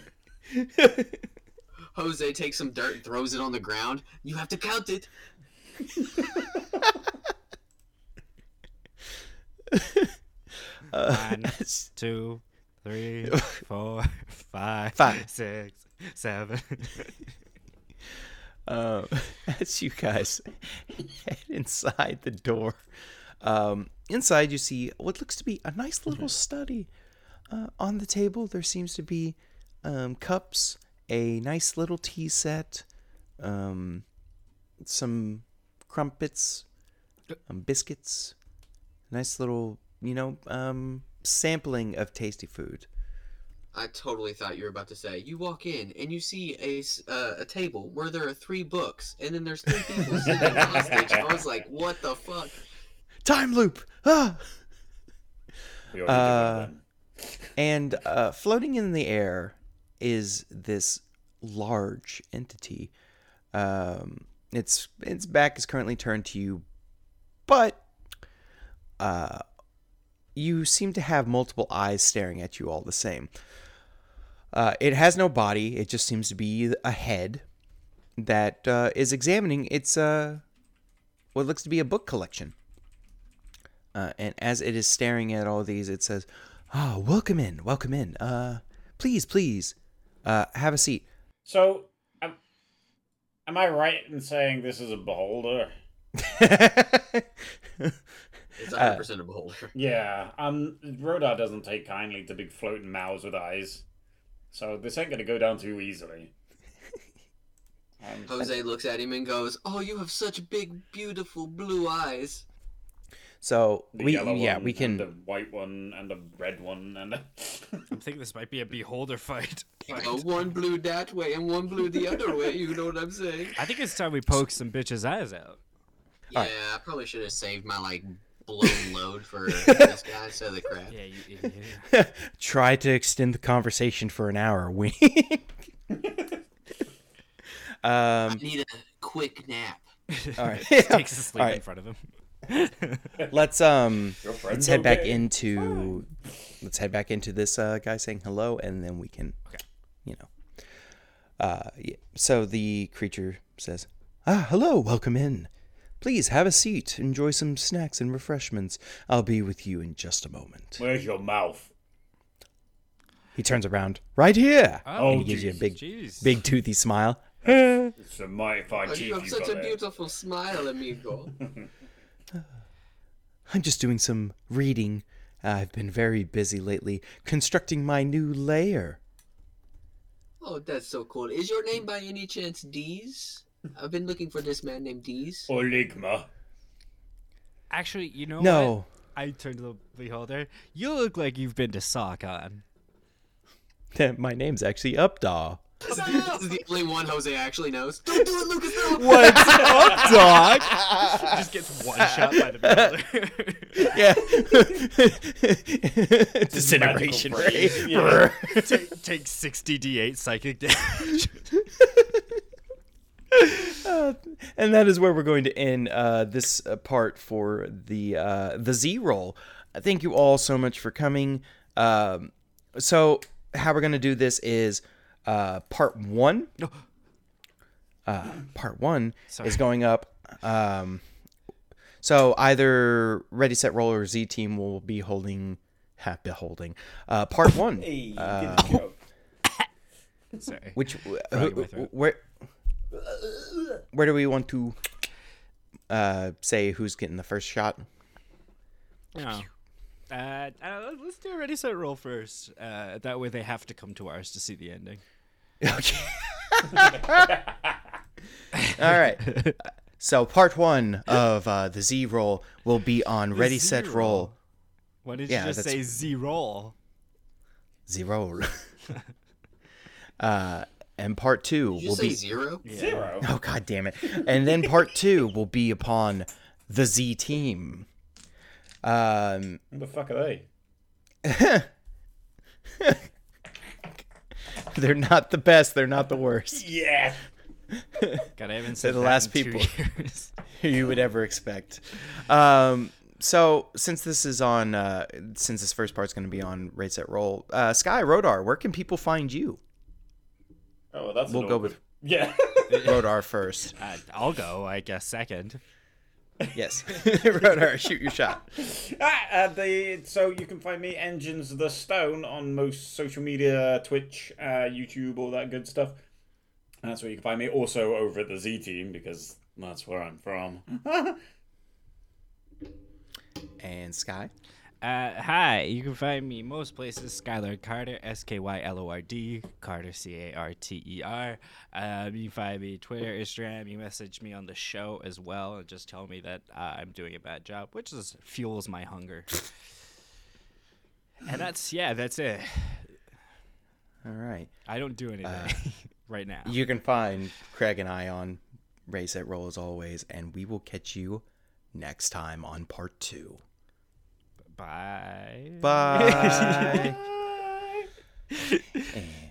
D: Jose takes some dirt and throws it on the ground. You have to count it.
E: (laughs) One, two, (laughs) three, four, five,
A: Five.
E: six, seven. (laughs)
A: uh, (laughs) as you guys (laughs) head inside the door. Um, inside, you see what looks to be a nice little study. Uh, on the table, there seems to be um, cups, a nice little tea set, um, some crumpets, um, biscuits, nice little, you know, um, sampling of tasty food.
D: I totally thought you were about to say. You walk in and you see a s- uh, a table where there are three books, and then there's three people sitting hostage. I was like, what the fuck?
A: Time loop! Ah!
C: We already did
A: Uh,
C: one.
A: And uh, floating in the air is this large entity. Um, its its back is currently turned to you, but uh, you seem to have multiple eyes staring at you all the same. Uh, it has no body; it just seems to be a head that uh, is examining its uh, what looks to be a book collection. Uh, and as it is staring at all these, it says, "Ah, welcome in, welcome in. Uh, please, please, Uh, have a seat.
C: So, am, am I right in saying this is a beholder?
D: It's 100% a beholder.
C: Yeah. Um, Rodar doesn't take kindly to big floating mouths with eyes, so this ain't gonna go down too easily.
D: Jose looks at him and goes, "Oh, you have such big, beautiful blue eyes."
A: (laughs) so
C: The
A: we
C: yellow
A: yeah
C: one
A: we
C: and a
A: can
C: white one and a red one and a
E: I'm thinking this might be a
A: (laughs)
E: beholder fight.
D: You know, Uh, one blew that way and one blew the other way. You know what I'm
E: (laughs)
D: saying?
E: I think it's time we poke some bitches' eyes out.
D: Yeah, I probably should have saved my like blown load for this guy instead of the crap.
E: Yeah, you idiot.
A: try to extend the conversation for an hour. (laughs) We
C: (laughs)
D: I
A: Um,
D: need a quick nap.
A: (laughs) all
E: (laughs)
A: right.
E: Takes a sleep
A: All
E: in
A: right.
E: front of him.
A: (laughs) Let's um
C: friend
A: let's head back
C: okay?
A: into let's head back into this uh, guy saying hello, and then we can you know. Uh, yeah. So the creature says, "Ah, hello, welcome in. Please have a seat, enjoy some snacks and refreshments. I'll be with you in just a moment."
C: Where's your mouth?
A: He turns around, right here, and
C: Oh,
A: he gives you a
C: Jesus,
A: big,
E: jeez.
A: big toothy smile.
C: It's a mighty fine
D: Oh,
C: teeth
D: you have
C: you've
D: such
C: got
D: a
C: there.
D: beautiful smile, amigo.
A: I'm just doing some reading. I've been very busy lately, constructing my new lair.
D: Oh, that's so cool. Is your name by any chance Dees? I've been looking for this man named Dees.
C: Oligma.
E: Actually, you know
A: No.
E: what? I turned to the beholder. You look like you've been to SockCon.
A: (laughs) my name's actually Updaw.
D: This is the only one Jose actually knows. Don't do it, Lucas. No.
E: What's up, dog? Just gets one shot by the beholder.
A: Yeah. Disintegration
C: Magical
A: ray.
C: phrase, yeah.
E: (laughs) take, take 60 d8 psychic damage.
A: (laughs)
E: (laughs)
A: and that is where we're going to end uh, this uh, part for the uh, the Z roll. Uh, Thank you all so much for coming. Um, so how we're gonna do this is uh, part one. Uh, part one
E: Sorry.
A: is going up. Um, so either Ready Set Roll or Z Team will be holding, ha, beholding uh, part one.
C: Hey,
A: Uh,
C: (laughs) good joke.
E: Sorry.
A: Which uh,
E: Frog in my throat.
A: where where do we want to uh, say who's getting the first shot?
E: No. Uh, I don't know, let's do a ready set roll first. Uh, that way they have to come to ours to see the ending.
A: Okay. All
E: (laughs)
A: right. So part one of uh, the Z roll will be on Ready
E: Z
A: Set
E: roll.
A: Roll.
E: Why did
A: Yeah,
E: you just
A: that's-
E: say Z roll?
A: Z roll. (laughs) uh, and part two
D: Did you
A: will
D: say
A: be
D: zero?
C: Zero.
A: Oh god damn it. And then part two will be upon the Z team. Um
C: Who the fuck are they?
A: They're not the best. They're not the worst
C: Yeah.
E: God, I haven't said
A: the
E: that
A: last
E: in two
A: people.
E: years. (laughs)
A: (laughs) you would ever expect. Um, so since this is on, uh, since this first part's going to be on Raid Set Roll, uh, Sky Rodar, where can people find you?
C: Oh, well, that's an
A: We'll go
C: awkward-
A: with
C: (laughs) Yeah.
A: Rodar first.
E: Uh, I'll go, I guess, second.
A: Yes, (laughs) Rodar, shoot your shot.
C: ah, uh, the, so you can find me, Engines the Stone, on most social media, Twitch, uh, YouTube, all that good stuff. And that's where you can find me. Also over at the Z Team, because that's where I'm from.
A: And Sky,
E: Uh, hi, you can find me most places Skylar Carter, S K Y L O R D, Carter, C A R T E R. Um, you can find me Twitter, Instagram. You message me on the show as well and just tell me that uh, I'm doing a bad job, which is, fuels my hunger. and that's, yeah, that's it.
A: all right.
E: I don't do anything right now.
A: You can find Craig and I on Raid Set Roll as always, and we will catch you next time on part two.
E: Bye. (laughs)
A: Bye. and